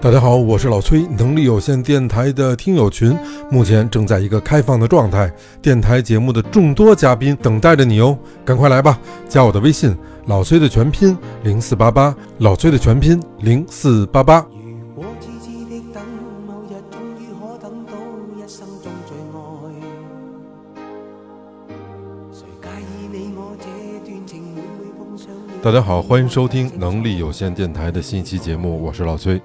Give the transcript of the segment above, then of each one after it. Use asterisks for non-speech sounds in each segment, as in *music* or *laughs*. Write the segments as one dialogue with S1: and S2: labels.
S1: 大家好，我是老崔。能力有限电台的听友群目前正在一个开放的状态，电台节目的众多嘉宾等待着你哦，赶快来吧！加我的微信，老崔的全拼零四八八，老崔的全拼零四八八。
S2: 如果痴痴的等，某日終於可等到一生中最愛。誰介意你我這段情每每碰上你？
S1: 大家好，欢迎收听能力有限电台的新一期节目，我是老崔。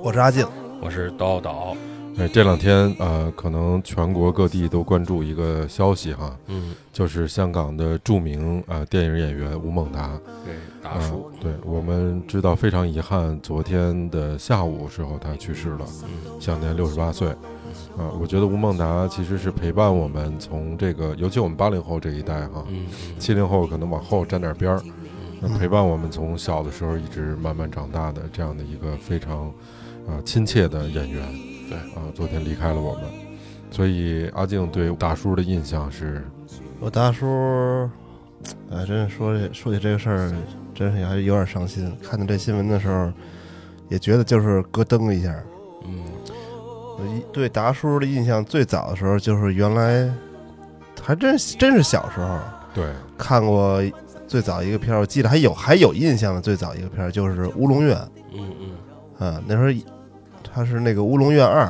S3: 我是阿进，
S4: 我是刀导，
S1: 哎，这两天呃，可能全国各地都关注一个消息哈，
S4: 嗯，
S1: 就是香港的著名呃电影演员吴孟达，
S4: 对，大叔，
S1: 嗯对我们知道非常遗憾，昨天的下午时候他去世了，
S4: 嗯
S1: 享年六十八岁。啊、我觉得吴孟达其实是陪伴我们从这个，尤其我们八零后这一代哈，
S4: 嗯，
S1: 七零后可能往后沾点边儿，那陪伴我们从小的时候一直慢慢长大的这样的一个非常，呃亲切的演员。
S4: 对
S1: 啊、昨天离开了我们，所以阿静对大叔的印象是，
S3: 我大叔，哎，真是说这说起这个事儿，真是还是有点伤心。看到这新闻的时候，也觉得就是咯噔一下。
S4: 嗯，
S3: 我一对达叔的印象最早的时候，就是原来还真真是小时候
S1: 对，
S3: 看过最早一个片儿，我记得还有还有印象的最早一个片儿就是《乌龙院》
S4: 嗯嗯
S3: 啊，那时候他是那个《乌龙院二》，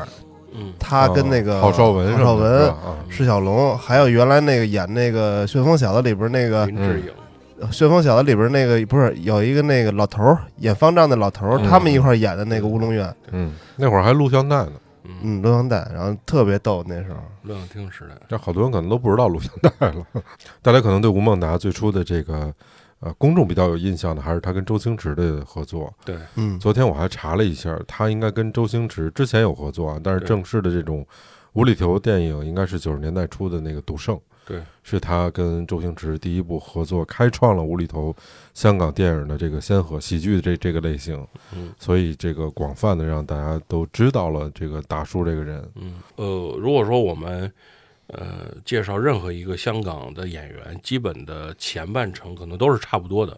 S4: 嗯，
S3: 他跟那个
S1: 哦呃郝邵文什
S3: 郝邵
S1: 么的是
S3: 文
S1: 吧、啊，
S3: 释小龙，还有原来那个演那个《旋风小子》里边那个
S4: 林志颖，
S3: 《旋风小子》里边那个不是有一个那个老头儿演方丈的老头儿，
S1: 嗯
S3: 他们一块儿演的那个《乌龙院》，
S1: 嗯，那会儿还录像带呢，
S4: 嗯，
S3: 嗯，录像带，然后特别逗那时候。
S4: 录像厅时代，
S1: 这好多人可能都不知道录像带了。 *laughs* 大家可能对吴孟达最初的这个，呃，公众比较有印象的还是他跟周星驰的合作。
S4: 对，
S3: 嗯，
S1: 昨天我还查了一下，他应该跟周星驰之前有合作啊，但是
S4: 对
S1: 正式的这种无厘头电影应该是九十年代初的那个《赌圣》，
S4: 对，
S1: 是他跟周星驰第一部合作，开创了无厘头香港电影的这个先河，喜剧的这这个类型，
S4: 嗯
S1: 所以这个广泛的让大家都知道了这个大叔这个人，
S4: 嗯，呃，如果说我们呃介绍任何一个香港的演员，基本的前半程可能都是差不多的。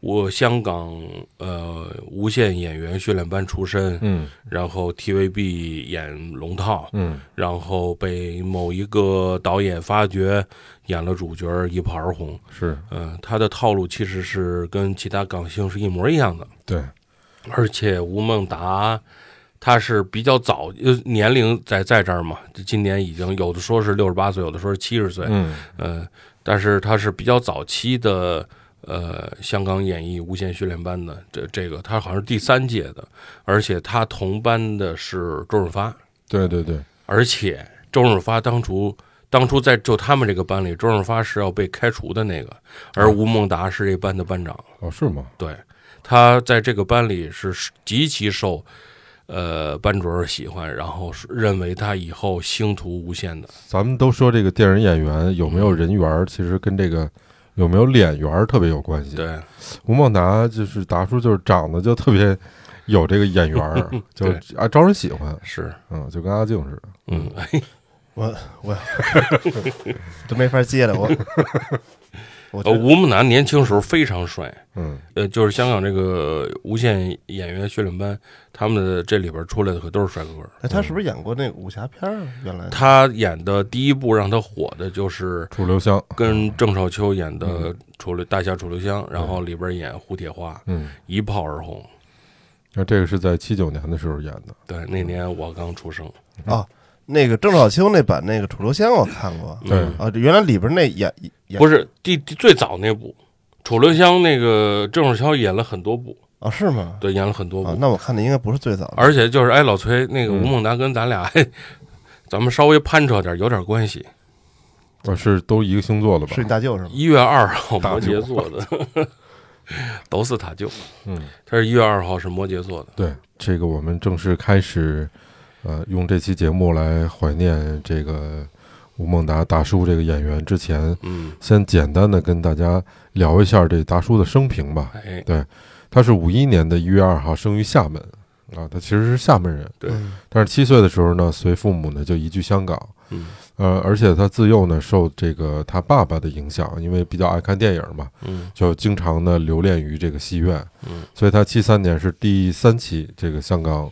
S4: 我香港呃无线演员训练班出身，
S1: 嗯
S4: 然后 TVB 演龙套，
S1: 嗯
S4: 然后被某一个导演发掘，演了主角，一炮而红。
S1: 是
S4: 嗯，他的套路其实是跟其他港星是一模一样的，
S1: 对，
S4: 而且吴孟达他是比较早，呃，年龄在在这儿嘛，就今年已经有的说是六十八岁，有的说是七十岁，
S1: 嗯
S4: 嗯，但是他是比较早期的，呃，香港演艺无线训练班的这这个，他好像是第三届的，而且他同班的是周润发，
S1: 对对对，
S4: 而且周润发当初当初在就他们这个班里，周润发是要被开除的那个，而吴孟达是这班的班长。
S1: 哦是吗？
S4: 对，他在这个班里是极其受呃班主任喜欢，然后是认为他以后星途无限的。
S1: 咱们都说这个电影演员有没有人缘儿，其实跟这个有没有脸缘儿特别有关系。
S4: 对，
S1: 吴孟达就是达叔，就是长得就特别有这个眼缘儿，就
S4: 对
S1: 啊招人喜欢，
S4: 是，
S1: 嗯，就跟阿静似的。
S4: 嗯，
S3: 我
S4: *laughs*
S3: 我都没法接了，我我
S4: 呃，吴孟达年轻时候非常帅。
S1: 嗯，
S4: 呃，就是香港这个无线演员训练班，他们的这里边出来的可都是帅哥。
S3: 哎，他是不是演过那个武侠片儿啊？原来
S4: 他演的第一部让他火的就是
S1: 楚留香，
S4: 跟郑少秋演的《楚留大侠楚留香》，然后里边演胡铁花，
S1: 嗯，
S4: 一炮而红。
S1: 那这个是在七九年的时候演的，
S4: 对，那年我刚出生。
S3: 哦，那个郑少秋那版那个《楚留香》我看过
S1: 对
S4: 嗯
S3: 啊，原来里边那演演
S4: 不是第第最早那部《楚留香》，那个郑少秋演了很多部，
S3: 啊是吗？
S4: 对，演了很多
S3: 啊，
S1: 哦
S4: 部，
S3: 那我看的应该不是最早的，
S4: 而且就是哎，老崔，那个
S1: 嗯
S4: 吴孟达跟咱俩， *laughs* 嘿，咱们稍微攀扯点，有点关系。
S1: 啊，是都一个星座的吧
S3: 是？你大舅是吗？
S4: 一月二号
S1: 大
S4: 摩
S1: 舅
S4: 羯座的， *laughs* 都是他舅，
S1: 嗯，
S4: 他是一月二号是摩羯座的，
S1: 对，这个我们正式开始，呃，用这期节目来怀念这个吴孟达大叔这个演员之前，
S4: 嗯，
S1: 先简单的跟大家聊一下这大叔的生平吧。
S4: 哎，
S1: 他是五一年的一月二号生于厦门啊，他其实是厦门人，
S4: 对
S3: 嗯
S1: 但是七岁的时候呢，随父母呢就移居香港，
S4: 嗯
S1: 呃，而且他自幼呢受这个他爸爸的影响，因为比较爱看电影嘛，
S4: 嗯
S1: 就经常呢留恋于这个戏院，
S4: 嗯
S1: 所以他七三年是第三期这个香港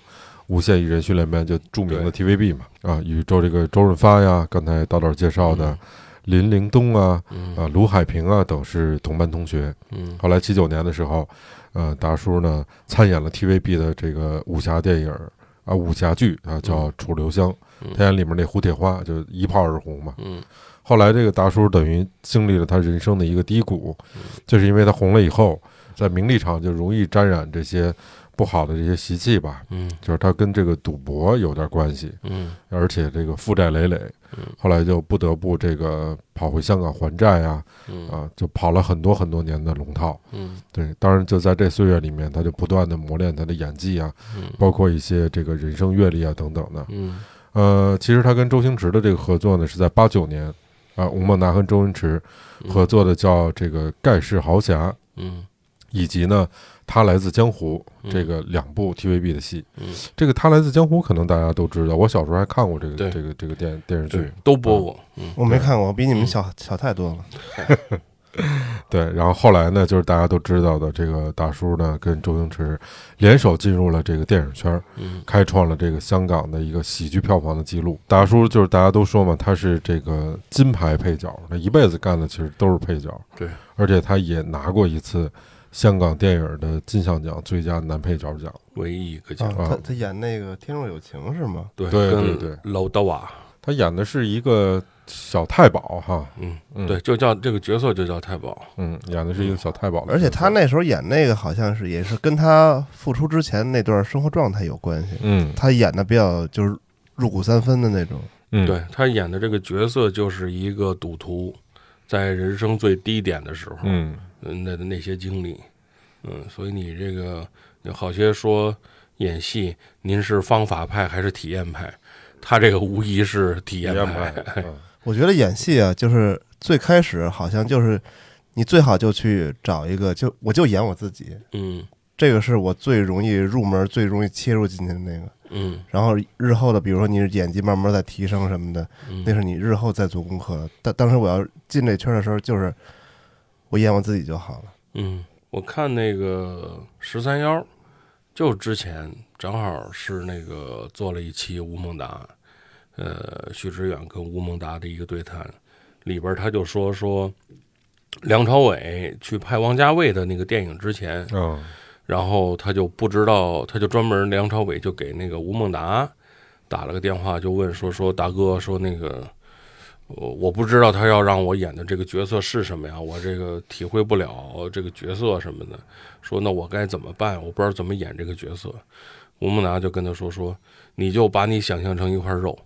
S1: 无线艺人训练班，就著名的 TVB 嘛，啊，宇宙这个周润发呀，刚才刀导介绍
S4: 嗯
S1: 的林凌东啊，啊，卢海平啊等是同班同学。
S4: 嗯
S1: 后来七九年的时候，呃，达叔呢参演了 TVB 的这个武侠电影儿啊，武侠剧啊，叫《楚留香》，他演里面那胡铁花就一炮而红嘛。
S4: 嗯
S1: 后来这个达叔等于经历了他人生的一个低谷，就是因为他红了以后，在名利场就容易沾染这些不好的这些习气吧，
S4: 嗯
S1: 就是他跟这个赌博有点关系，
S4: 嗯
S1: 而且这个负债累累，后来就不得不这个跑回香港还债啊，
S4: 嗯
S1: 啊，就跑了很多很多年的龙套。
S4: 嗯
S1: 对，当然就在这岁月里面，他就不断的磨练他的演技啊，
S4: 嗯
S1: 包括一些这个人生阅历啊等等的。
S4: 嗯
S1: 呃，其实他跟周星驰的这个合作呢，是在八九年啊，吴孟达和周星驰合作的叫这个《盖世豪侠》，
S4: 嗯
S1: 以及呢，他来自江湖这个两部 TVB 的戏。
S4: 嗯
S1: 这个他来自江湖可能大家都知道，我小时候还看过这个
S4: 对
S1: 这个这个电电视剧
S4: 对。，都
S1: 啊
S4: 播过，嗯
S3: 我没看过，我比你们小小太多了。
S1: 对，然后后来呢，就是大家都知道的，这个大叔呢跟周星驰联手进入了这个电影圈，
S4: 嗯，
S1: 开创了这个香港的一个喜剧票房的记录。大叔就是大家都说嘛，他是这个金牌配角，他一辈子干的其实都是配角，
S4: 对，
S1: 而且他也拿过一次香港电影的金像奖最佳男配角奖。
S4: 唯一一个
S3: 啊
S4: 奖，，
S1: 啊
S3: 他他演那个《天若有情》是吗？
S4: 对
S1: 对对
S4: 跟
S1: 对
S4: 老德瓦，
S1: 他演的是一个小太保哈，
S4: 嗯
S1: 嗯，
S4: 对，就叫这个角色就叫太保，
S1: 嗯，演的是一个小太保的角色，
S3: 而且他那时候演那个好像是也是跟他复出之前那段生活状态有关系。
S1: 嗯
S3: 他演的比较就是入骨三分的那种，
S1: 嗯
S4: 对他演的这个角色就是一个赌徒，在人生最低点的时候，
S1: 嗯
S4: 嗯，那那些经历，嗯，所以你这个有好些说演戏，您是方法派还是体验派？他这个无疑是体验
S1: 演
S4: 派，
S1: 派，
S4: *laughs*
S1: 嗯
S3: 我觉得演戏啊，就是最开始好像就是你最好就去找一个，就我就演我自己，
S4: 嗯
S3: 这个是我最容易入门、最容易切入进去的那个。
S4: 嗯
S3: 然后日后的，比如说你演技慢慢在提升什么的，
S4: 嗯，
S3: 那是你日后再做功课的。但当时我要进这圈的时候，就是我演我自己就好了。
S4: 嗯，我看那个十三幺，就之前正好是那个做了一期吴孟达，呃，许知远跟吴孟达的一个对谈，里边他就说说梁朝伟去拍王家卫的那个电影之前，
S1: 嗯
S4: 然后他就不知道，他就专门梁朝伟就给那个吴孟达打了个电话，就问说说达哥说那个，我我不知道他要让我演的这个角色是什么呀，我这个体会不了这个角色什么的，说那我该怎么办？我不知道怎么演这个角色。吴孟达就跟他说说，你就把你想象成一块肉，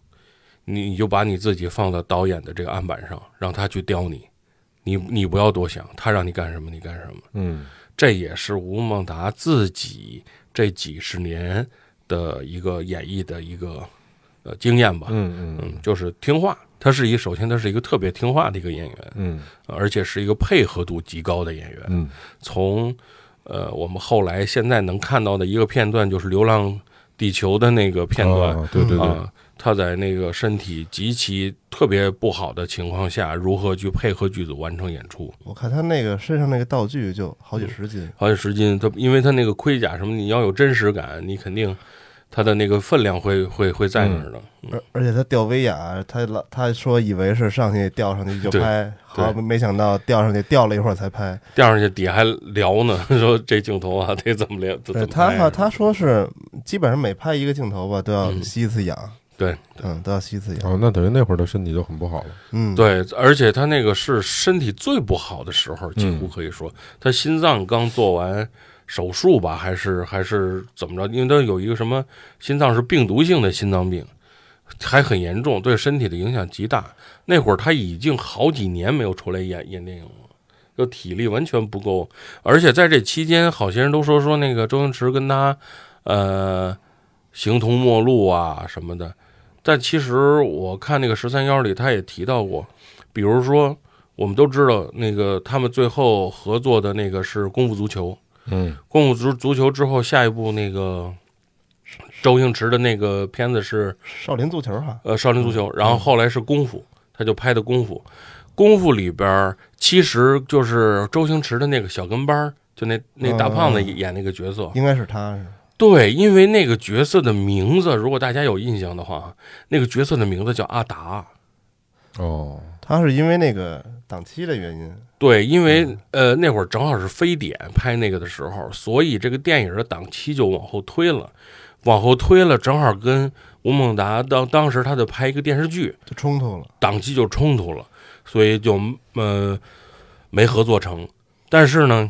S4: 你你就把你自己放到导演的这个案板上，让他去雕你，你你不要多想，他让你干什么你干什么。
S1: 嗯
S4: 这也是吴孟达自己这几十年的一个演绎的一个呃经验吧。
S1: 嗯嗯
S4: 嗯，就是听话，他是一首先他是一个特别听话的一个演员，
S1: 嗯
S4: 而且是一个配合度极高的演员。
S1: 嗯
S4: 从呃我们后来现在能看到的一个片段，就是《流浪地球》的那个片段，
S1: 啊对对对，
S4: 啊，他在那个身体极其特别不好的情况下，如何去配合剧组完成演出？
S3: 我看他那个身上那个道具就好
S4: 嗯
S3: 几十斤，
S4: 好几十斤，它因为它那个盔甲什么，你要有真实感，你肯定它的那个分量会会会在那儿的。
S3: 而而且他吊威亚，他老他说以为是上去吊上去就
S4: 对
S3: 拍，好
S4: 对
S3: 没想到吊上去吊了一会儿才拍。
S4: 第二去底还聊呢， *laughs* 说这镜头啊得怎么聊，怎
S3: 对
S4: 么
S3: 他
S4: 拍啊
S3: 哈，他说是基本上每拍一个镜头吧，都要
S4: 嗯
S3: 吸一次氧，
S4: 对
S3: 嗯，都要吸一次氧，
S1: 哦，那等于那会儿的身体就很不好了。
S3: 嗯，，
S4: 对，而且他那个是身体最不好的时候，几乎
S1: 嗯
S4: 可以说他心脏刚做完手术吧，还是还是怎么着？因为他有一个什么心脏是病毒性的心脏病，还很严重，对身体的影响极大。那会儿他已经好几年没有出来演演电影了。就体力完全不够，而且在这期间，好些人都说说那个周星驰跟他，呃，形同陌路啊什么的。但其实我看那个十三幺里，他也提到过，比如说，我们都知道那个他们最后合作的那个是《功夫足球》，
S1: 嗯
S4: 《功夫足足球》之后，下一部那个周星驰的那个片子是
S3: 少林足球哈，
S4: 呃《少林足球》，然后后来是《功夫》，他就拍的《功夫》。《功夫》里边儿其实就是周星驰的那个小跟班儿，就那那大胖子
S3: 嗯
S4: 演那个角色，
S3: 应该是他是吧，
S4: 对，因为那个角色的名字，如果大家有印象的话，那个角色的名字叫阿达。
S1: 哦，
S3: 他是因为那个档期的原因，
S4: 对，因为、
S3: 嗯
S4: 呃那会儿正好是非典拍那个的时候，所以这个电影的档期就往后推了，往后推了，正好跟吴孟达当当时他在拍一个电视剧，
S3: 就冲突了。
S4: 档期就冲突了，所以就呃没合作成。但是呢，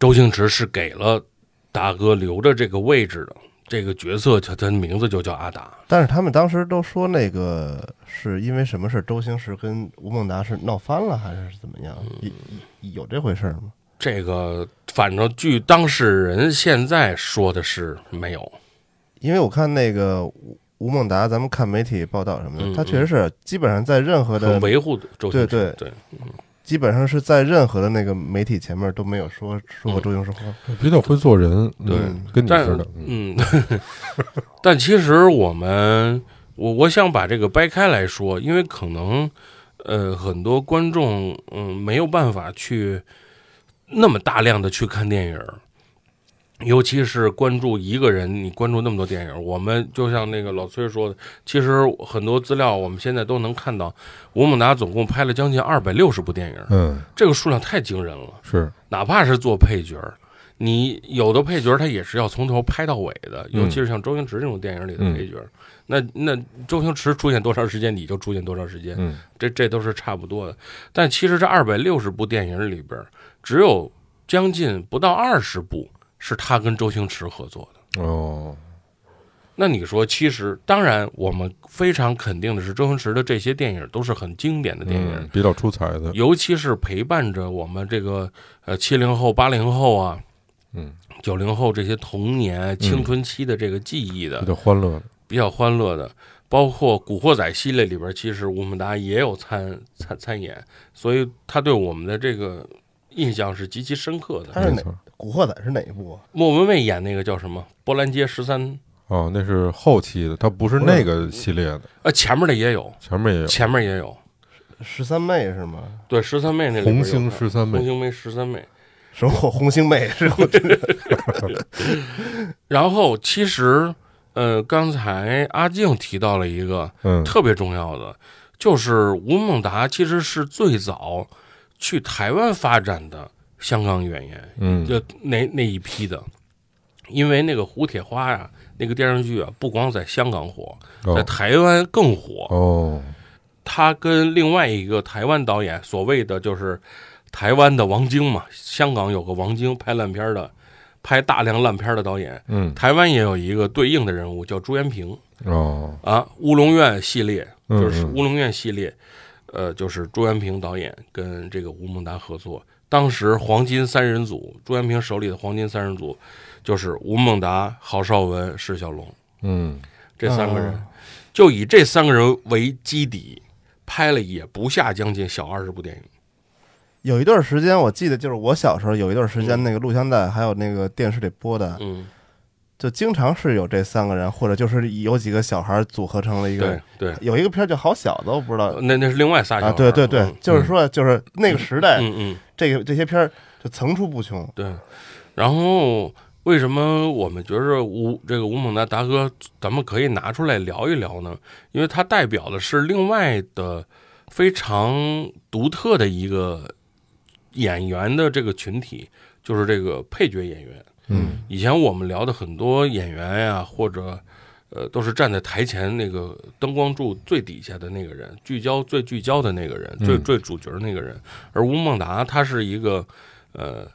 S4: 周星驰是给了大哥留着这个位置的，这个角色他他名字就叫阿达。
S3: 但是他们当时都说那个是因为什么事儿，周星驰跟吴孟达是闹翻了还是怎么样？
S4: 嗯
S3: 有有这回事儿吗？
S4: 这个反正据当事人现在说的是没有，
S3: 因为我看那个吴吴孟达，咱们看媒体报道什么
S4: 嗯
S3: 的，他确实是基本上在任何的
S4: 很维护周星驰。
S3: 对
S4: 对
S3: 基本上是在任何的那个媒体前面都没有说说过周星驰话。
S4: 嗯
S1: 比较会做人，
S4: 对
S1: 嗯，跟你
S4: 哦但
S1: 似的，嗯
S4: 嗯，但其实我们，我我想把这个掰开来说，因为可能，呃，很多观众，嗯，没有办法去那么大量的去看电影儿，尤其是关注一个人，你关注那么多电影儿，我们就像那个老崔说的，其实很多资料我们现在都能看到，吴孟达总共拍了将近二百六十部电影儿，
S1: 嗯，
S4: 这个数量太惊人了。
S1: 是
S4: 哪怕是做配角儿，你有的配角儿他也是要从头拍到尾的，
S1: 嗯
S4: 尤其是像周星驰这种电影里的
S1: 嗯
S4: 配角儿，那那周星驰出现多长时间你就出现多长时间，
S1: 嗯
S4: 这这都是差不多的。但其实这二百六十部电影里边儿，只有将近不到二十部是他跟周星驰合作的。
S1: 哦，
S4: 那你说，其实当然，我们非常肯定的是，周星驰的这些电影都是很经典的电影，
S1: 嗯，比较出彩的，
S4: 尤其是陪伴着我们这个呃七零后、八零后啊，
S1: 嗯，
S4: 九零后这些童年、青春期的这个记忆的、
S1: 比较欢乐的，
S4: 比较欢乐的，包括《古惑仔》系列里边，其实吴孟达也有参参参演，所以他对我们的这个印象是极其深刻
S3: 他
S4: 的。
S3: 是
S1: 没
S3: 哪
S1: 错。
S3: 《古惑仔》是哪一部啊？
S4: 莫文蔚演那个叫什么《波兰街十三》，
S1: 哦，那是后期的，它不是那个系列的，
S4: 呃，前面的也有，
S1: 前面也有
S4: 前面也有，
S3: 十三妹是吗？
S4: 对，十三妹那里边
S1: 红
S4: 有
S1: 星
S4: 她
S1: 十三
S4: 红
S1: 妹，
S4: 星妹十三妹。
S3: 什么红星妹是
S4: *laughs*
S3: 吗？这
S4: 然后其实，呃，刚才阿静提到了一个
S1: 嗯，
S4: 特别重要的，就是吴孟达其实是最早去台湾发展的香港演员，
S1: 嗯，
S4: 就那那一批的。因为那个《胡铁花》呀，那个电视剧啊，不光在香港火，在
S1: 哦
S4: 台湾更火。
S1: 哦，
S4: 他跟另外一个台湾导演，所谓的就是台湾的王晶嘛，香港有个王晶拍烂片儿的，拍大量烂片儿的导演，
S1: 嗯，
S4: 台湾也有一个对应的人物叫朱延平
S1: 哦，
S4: 啊，《乌龙院》系列
S1: 嗯
S4: 就是《
S1: 嗯
S4: 乌龙院》系列，呃，就是朱延平导演跟这个吴孟达合作。当时黄金三人组，朱延平手里的黄金三人组就是吴孟达、郝邵文、释小龙
S1: 嗯，
S4: 这三个人，
S1: 哦
S3: 啊
S4: 就以这三个人为基底，拍了也不下将近小二十部电影。
S3: 有一段时间，我记得就是我小时候有一段时间，
S4: 嗯
S3: 那个录像带还有那个电视里播的，
S4: 嗯，
S3: 就经常是有这三个人，或者就是有几个小孩组合成了一
S4: 对
S3: 个。
S4: 对，
S3: 有一个片儿叫《好小子》，我不知道
S4: 呃那那是另外仨小孩
S3: 啊。
S4: 儿
S3: 对对对
S4: 嗯，
S3: 就是说，就是那个时代，
S4: 嗯嗯。
S3: 这个这些片儿就层出不穷。
S4: 对，然后为什么我们觉着吴这个吴孟达达哥，咱们可以拿出来聊一聊呢？因为他代表的是另外的非常独特的一个演员的这个群体，就是这个配角演员。
S1: 嗯，
S4: 以前我们聊的很多演员呀、或者呃，都是站在台前那个灯光柱最底下的那个人，聚焦最聚焦的那个人，最
S1: 嗯
S4: 最主角那个人。而吴孟达他是一个呃，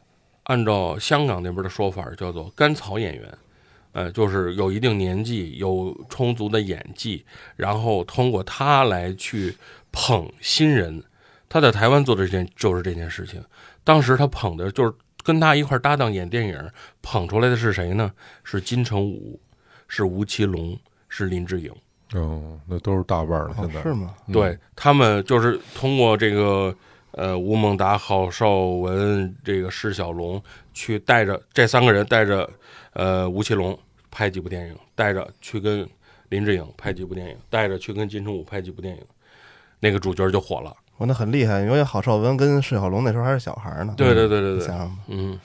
S4: 按照香港那边的说法儿叫做甘草演员。呃，就是有一定年纪，有充足的演技，然后通过他来去捧新人。他在台湾做的这件就是这件事情。当时他捧的就是跟他一块儿搭档演电影，捧出来的是谁呢？是金城武，是吴奇隆，是林志颖。
S1: 哦，那都是大腕儿了，
S3: 哦
S1: 现在
S3: 是吗？
S1: 嗯
S4: 对他们就是通过这个呃吴孟达、郝邵文、这个释小龙，去带着这三个人带着呃吴奇隆拍几部电影，带着去跟林志颖拍几部电影，带着去跟金城武拍几部电影，那
S3: 嗯
S4: 个主角就火了。
S3: 哦我那很厉害，因为郝邵文跟释小龙那时候还是小孩儿呢。
S4: 对对对对
S3: 你
S4: 对
S3: 想，想吧，
S4: 嗯，
S1: 《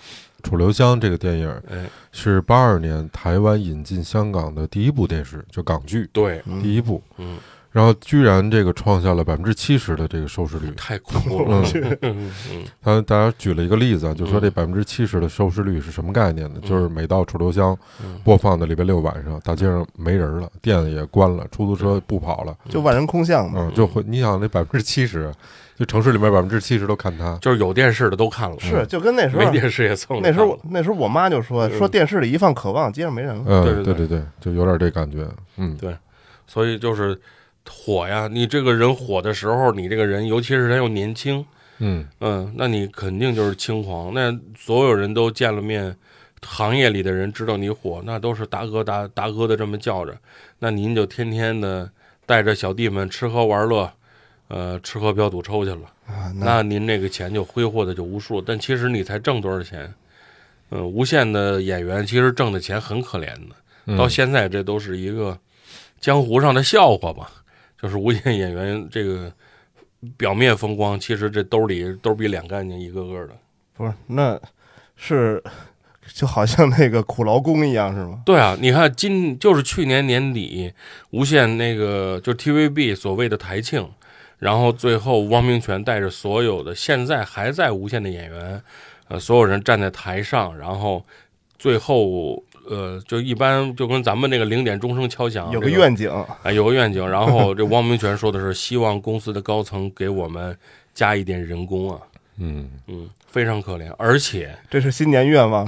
S1: 楚留香》这个电影
S4: 哎，
S1: 是八二年台湾引进香港的第一部电视，就港剧
S4: 对，
S1: 第一部，
S4: 嗯，
S1: 然后居然这个创下了百分之七十的这个收视
S4: *laughs*
S1: 率。
S4: 太恐怖了，
S1: 嗯，他大家举了一个例子啊，就说
S4: 嗯
S1: 这百分之七十的收视率是什么概念呢？就是每到楚留香
S4: 嗯
S1: 播放的礼拜六晚上，大街上没人了，店也关了，出租车不跑了，
S3: 就万人空巷嘛。
S1: 嗯，就会你想那百分之七十，啊就城市里面百分之七十都看他，
S4: 就是有电视的都看了，
S3: 是，就跟那时候
S4: 嗯没电视也蹭了
S3: 那
S4: 看了。嗯
S3: 时候那时候我妈就说说电视里一放《渴望》，街上没人了。
S1: 嗯，
S4: 对
S1: 对
S4: 对
S1: 对对，就有点这感觉，嗯，
S4: 所以就是火呀，你这个人火的时候，你这个人，尤其是他又年轻，
S1: 嗯，
S4: 嗯，那你肯定就是轻狂。那所有人都见了面，行业里的人知道你火，那都是达哥达达哥的这么叫着。那您就天天的带着小弟们吃喝玩乐，呃，吃喝嫖赌抽去了。
S3: 啊，
S4: 嗯那您这个钱就挥霍的就无数，但其实你才挣多少钱？嗯，无限的演员其实挣的钱很可怜的，到现在这都是一个江湖上的笑话吧。就是无限演员这个表面风光，其实这兜里兜比脸干净，一个个的。
S3: 不是那是就好像那个苦劳工一样是吗？
S4: 对啊，你看今就是去年年底，无线那个就是 TVB 所谓的台庆，然后最后汪明荃带着所有的现在还在无线的演员，呃，所有人站在台上，然后最后呃，就一般就跟咱们那个零点钟声敲响，
S3: 有个
S4: 这
S3: 愿景，
S4: 啊，有个愿景。然后这汪明荃说的是希望公司的高层给我们加一点人工啊，
S1: 嗯，
S4: 嗯，非常可怜，而且
S3: 这是新年愿
S4: *laughs*
S3: 望。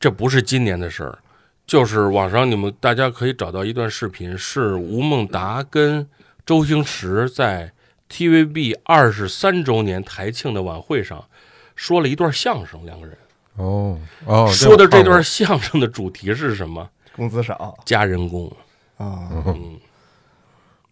S4: 这不是今年的事儿，就是网上你们大家可以找到一段视频，是吴孟达跟周星驰在 TVB 二十三周年台庆的晚会上说了一段相声，两个人、
S1: 哦哦，
S4: 说的
S1: 我看
S4: 这
S1: 过
S4: 段相声的主题是什么？
S3: 工资少
S4: 加人工。
S3: 啊。
S4: 嗯，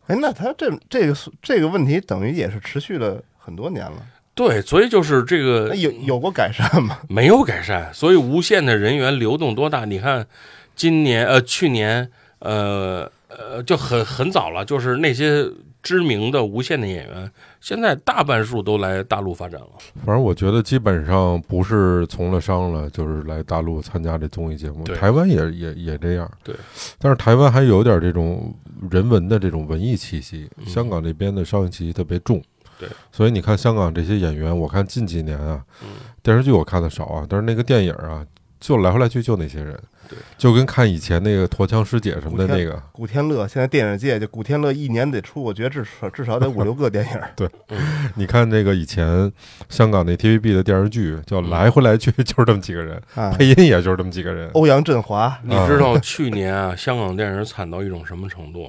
S3: 哎，那他这这个这个问题等于也是持续了很多年了，
S4: 对，所以就是这
S3: 那
S4: 个
S3: 有有过改善吗？
S4: 没有改善，所以无线的人员流动多大？你看，今年呃，去年呃呃，就很很早了，就是那些知名的无线的演员，现在大半数都来大陆发展了。
S1: 反正我觉得基本上不是从了商了，就是来大陆参加这综艺节目。
S4: 对
S1: 台湾也也也这样，
S4: 对。
S1: 但是台湾还有点这种人文的这种文艺气息，香港这边的商业气息特别重。
S4: 嗯对，
S1: 所以你看香港这些演员，我看近几年啊，
S4: 嗯
S1: 电视剧我看的少啊，但是那个电影啊，就来回来去就那些人，
S4: 对，
S1: 就跟看以前那个《陀枪师姐》什么的那个，
S3: 古天乐现在电影界就古天乐一年得出，我觉得至少至少得五六个电影。
S1: 你看那个以前香港那 TVB 的电视剧，叫
S4: 嗯
S1: 来回来去 *laughs* 就是这么几个人，
S3: 啊，
S1: 配音也就是这么几个人。
S3: 欧阳震华
S4: 你知道去年啊，香港电影惨到一种什么程度？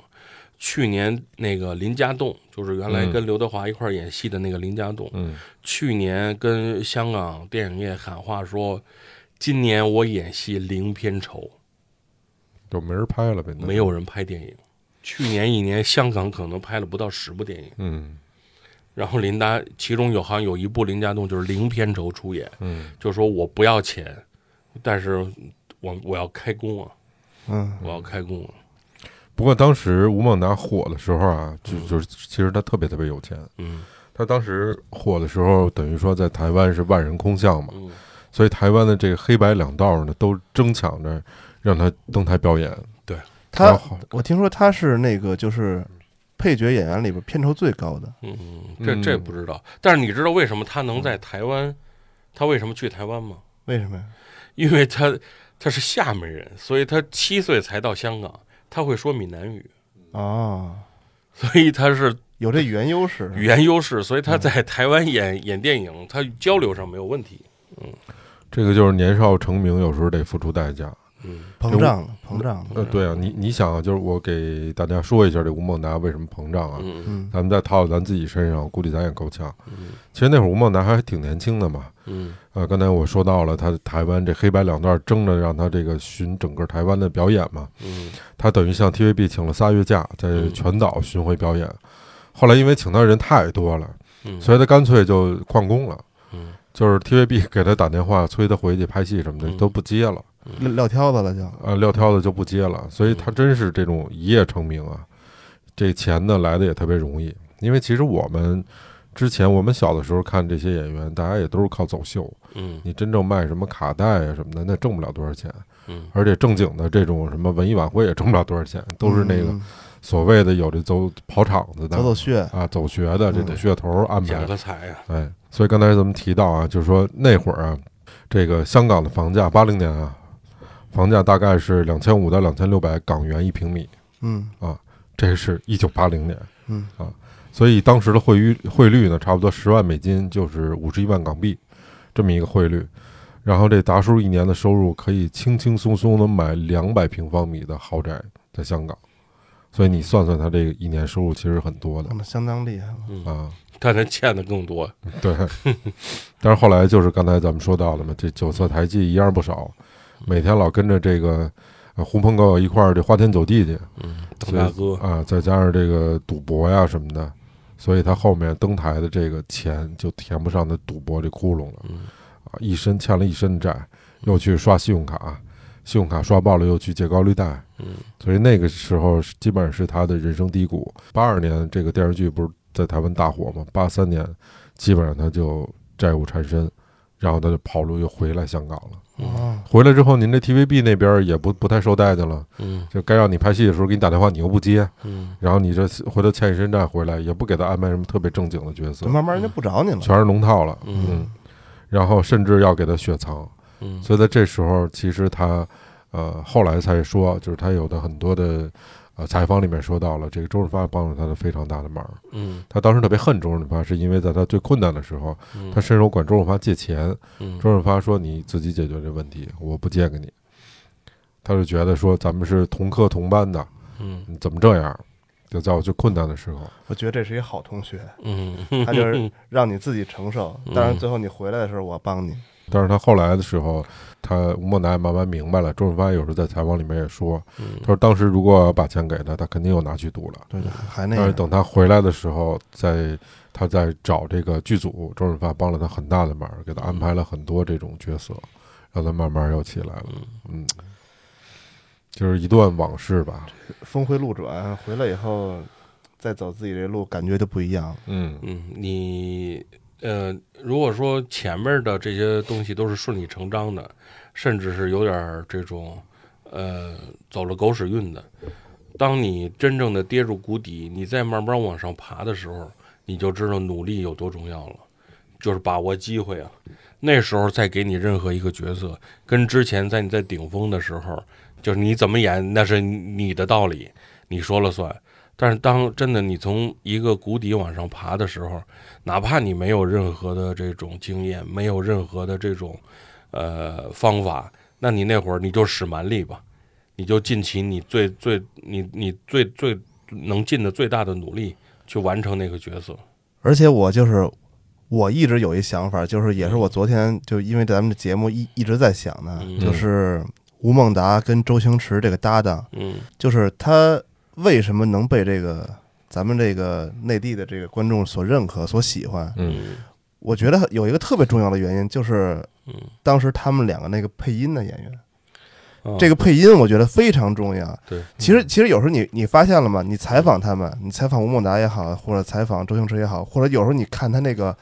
S4: 去年那个林家栋，就是原来跟刘德华一块儿演戏的那个林家栋，
S1: 嗯，
S4: 去年跟香港电影业喊话说，今年我演戏零片酬，
S1: 就没人拍了呗。那
S4: 没，有人拍电影。去年一年，香港可能拍了不到十部电影，
S1: 嗯
S4: 然后林达其中有好像有一部林家栋就是零片酬出演，
S1: 嗯，
S4: 就说我不要钱，但是我我要开工啊，
S3: 嗯，
S4: 我要开工啊，
S1: 不过当时吴孟达火的时候啊，就就是其实他特别特别有钱。
S4: 嗯
S1: 他当时火的时候，等于说在台湾是万人空巷嘛，
S4: 嗯。
S1: 所以台湾的这个黑白两道呢，都争抢着让他登台表演。然
S3: 他
S1: 后
S3: 我听说他是那个就是配角演员里边片酬最高的，
S4: 嗯，这
S1: 嗯
S4: 这不知道，但是你知道为什么他能在台湾？他为什么去台湾吗？
S3: 为什么呀？
S4: 因为他他是厦门人，所以他七岁才到香港，他会说闽南语，
S3: 哦，
S4: 所以他是
S3: 有这语言优势。
S4: 语言优势，所以
S1: 嗯
S4: 他在台湾演、演电影，他交流上没有问题。
S1: 这个就是年少成名，有时候得付出代价。
S4: 嗯，
S3: 膨胀了，膨胀了。
S1: 呃，对啊，你你想啊，就是我给大家说一下这吴孟达为什么膨胀啊？
S4: 嗯
S3: 嗯，
S1: 咱们再套到咱自己身上，估计咱也够呛。其实那会儿吴孟达还挺年轻的嘛，
S4: 嗯
S1: 呃，刚才我说到了，他台湾这黑白两段争着让他这个巡整个台湾的表演嘛，
S4: 嗯
S1: 他等于向 TVB 请了仨月假，在全岛巡回表演。后来因为请他人太多了，
S4: 嗯，
S1: 所以他干脆就旷工了。
S4: 嗯
S1: *laughs* 就是 TVB 给他打电话催他回去拍戏什么的
S4: 嗯
S1: 都不接了，
S3: 撂撂挑子了就。
S1: 呃，撂挑子就不接了，所以
S4: 嗯
S1: 他真是这种一夜成名啊，这钱呢来的也特别容易，因为其实我们之前我们小的时候看这些演员，大家也都是靠走秀。
S4: 嗯
S1: 你真正卖什么卡带啊什么的，那挣不了多少钱。
S4: 嗯
S1: 而且正经的这种什么文艺晚会也挣不了多少钱，都是那个
S3: 嗯
S1: 所谓的有这走跑场子的
S3: 走走穴，
S1: 啊，走穴的这种
S4: 嗯
S1: 噱头安排
S4: 捡。个彩呀、
S1: 哎，所以刚才咱们提到啊，就是说那会儿啊，这个香港的房价，八零年啊，房价大概是两千五到两千六百港元一平米，
S3: 嗯
S1: 这是一九八零年。啊
S3: 嗯
S1: 所以当时的汇率汇率呢，差不多十万美金就是五十一万港币，这么一个汇率。然后这达叔一年的收入可以轻轻松松的买两百平方米的豪宅在香港，所以你算算他这一年收入其实很多的
S3: 那么相当厉害了。
S4: 嗯，
S1: 啊。
S4: 但他欠的更多。
S1: 对，但是后来就是刚才咱们说到了嘛，这酒色财气一样不少，每天老跟着这个呃狐朋狗友一块儿这花天酒地去，
S4: 嗯，邓大哥，
S1: 啊，再加上这个赌博呀什么的，所以他后面登台的这个钱就填不上他赌博这窟窿了，
S4: 嗯
S1: 啊，一身欠了一身债，又去刷信用卡，信用卡刷爆了又去借高利贷，
S4: 嗯
S1: 所以那个时候是基本上是他的人生低谷。八二年这个电视剧不是在台湾大火吗？八三年基本上他就债务缠身，然后他就跑路又回来香港了。
S4: 嗯
S3: 哦，
S1: 回来之后，您这 TVB 那边儿也不不太受待见了，
S4: 嗯
S1: 就该让你拍戏的时候给你打电话你又不接，
S4: 嗯，
S1: 然后你这回头欠一身债回来，也不给他安排什么特别正经的角色
S3: 那，慢慢人就不找你了。
S1: 全是龙套了，
S4: 嗯
S1: 嗯，然后甚至要给他雪藏，
S4: 嗯
S1: 所以在这时候，其实他，呃，后来才说，就是他有的很多的，呃，采访里面说到了，这个周润发帮了他的非常大的忙，
S4: 嗯
S1: 他当时特别恨周润发，是因为在他最困难的时候，
S4: 嗯，
S1: 他伸手管周润发借钱，
S4: 嗯
S1: 周润发说：“你自己解决这问题，我不借给你。”他就觉得说咱们是同课同班的，
S4: 嗯
S1: 你怎么这样？就在我最困难的时候，
S3: 我觉得这是一好同学，
S4: *laughs* 嗯
S3: 他就是让你自己承受，
S4: 嗯
S3: 当然最后你回来的时候我帮你。
S1: 但是他后来的时候，他吴莫南也慢慢明白了。周润发有时候在采访里面也说，他说当时如果把钱给他，他肯定又拿去赌了。
S3: 对对，还那
S1: 但是
S3: 样。
S1: 等他回来的时候，在他在找这个剧组，周润发帮了他很大的忙，给他安排了很多这种角色，让他慢慢又起来了。嗯，就是一段往事吧。
S3: 峰回路转，回来以后再走自己这路，感觉就不一样了。
S1: 嗯
S4: 嗯，你呃，如果说前面的这些东西都是顺理成章的，甚至是有点儿这种呃走了狗屎运的，当你真正的跌入谷底，你再慢慢往上爬的时候，你就知道努力有多重要了，就是把握机会啊。那时候再给你任何一个角色，跟之前在你在顶峰的时候，就是你怎么演那是你的道理，你说了算。但是当真的你从一个谷底往上爬的时候，哪怕你没有任何的这种经验，没有任何的这种呃方法，那你那会儿你就使蛮力吧，你就尽其你最最你你最最能尽的最大的努力去完成那个角色。
S3: 而且我就是我一直有一想法，就是也是我昨天就因为咱们的节目一一直在想呢，
S4: 嗯
S3: 就是吴孟达跟周星驰这个搭档，
S4: 嗯
S3: 就是他为什么能被这个咱们这个内地的这个观众所认可、所喜欢？
S1: 嗯
S3: 我觉得有一个特别重要的原因，就是
S4: 嗯，
S3: 当时他们两个那个配音的演员，
S4: 啊
S3: 这个配音我觉得非常重要。
S4: 对，嗯
S3: 其实其实有时候你你发现了吗？你采访他们，你采访吴孟达也好，或者采访周星驰也好，或者有时候你看他那个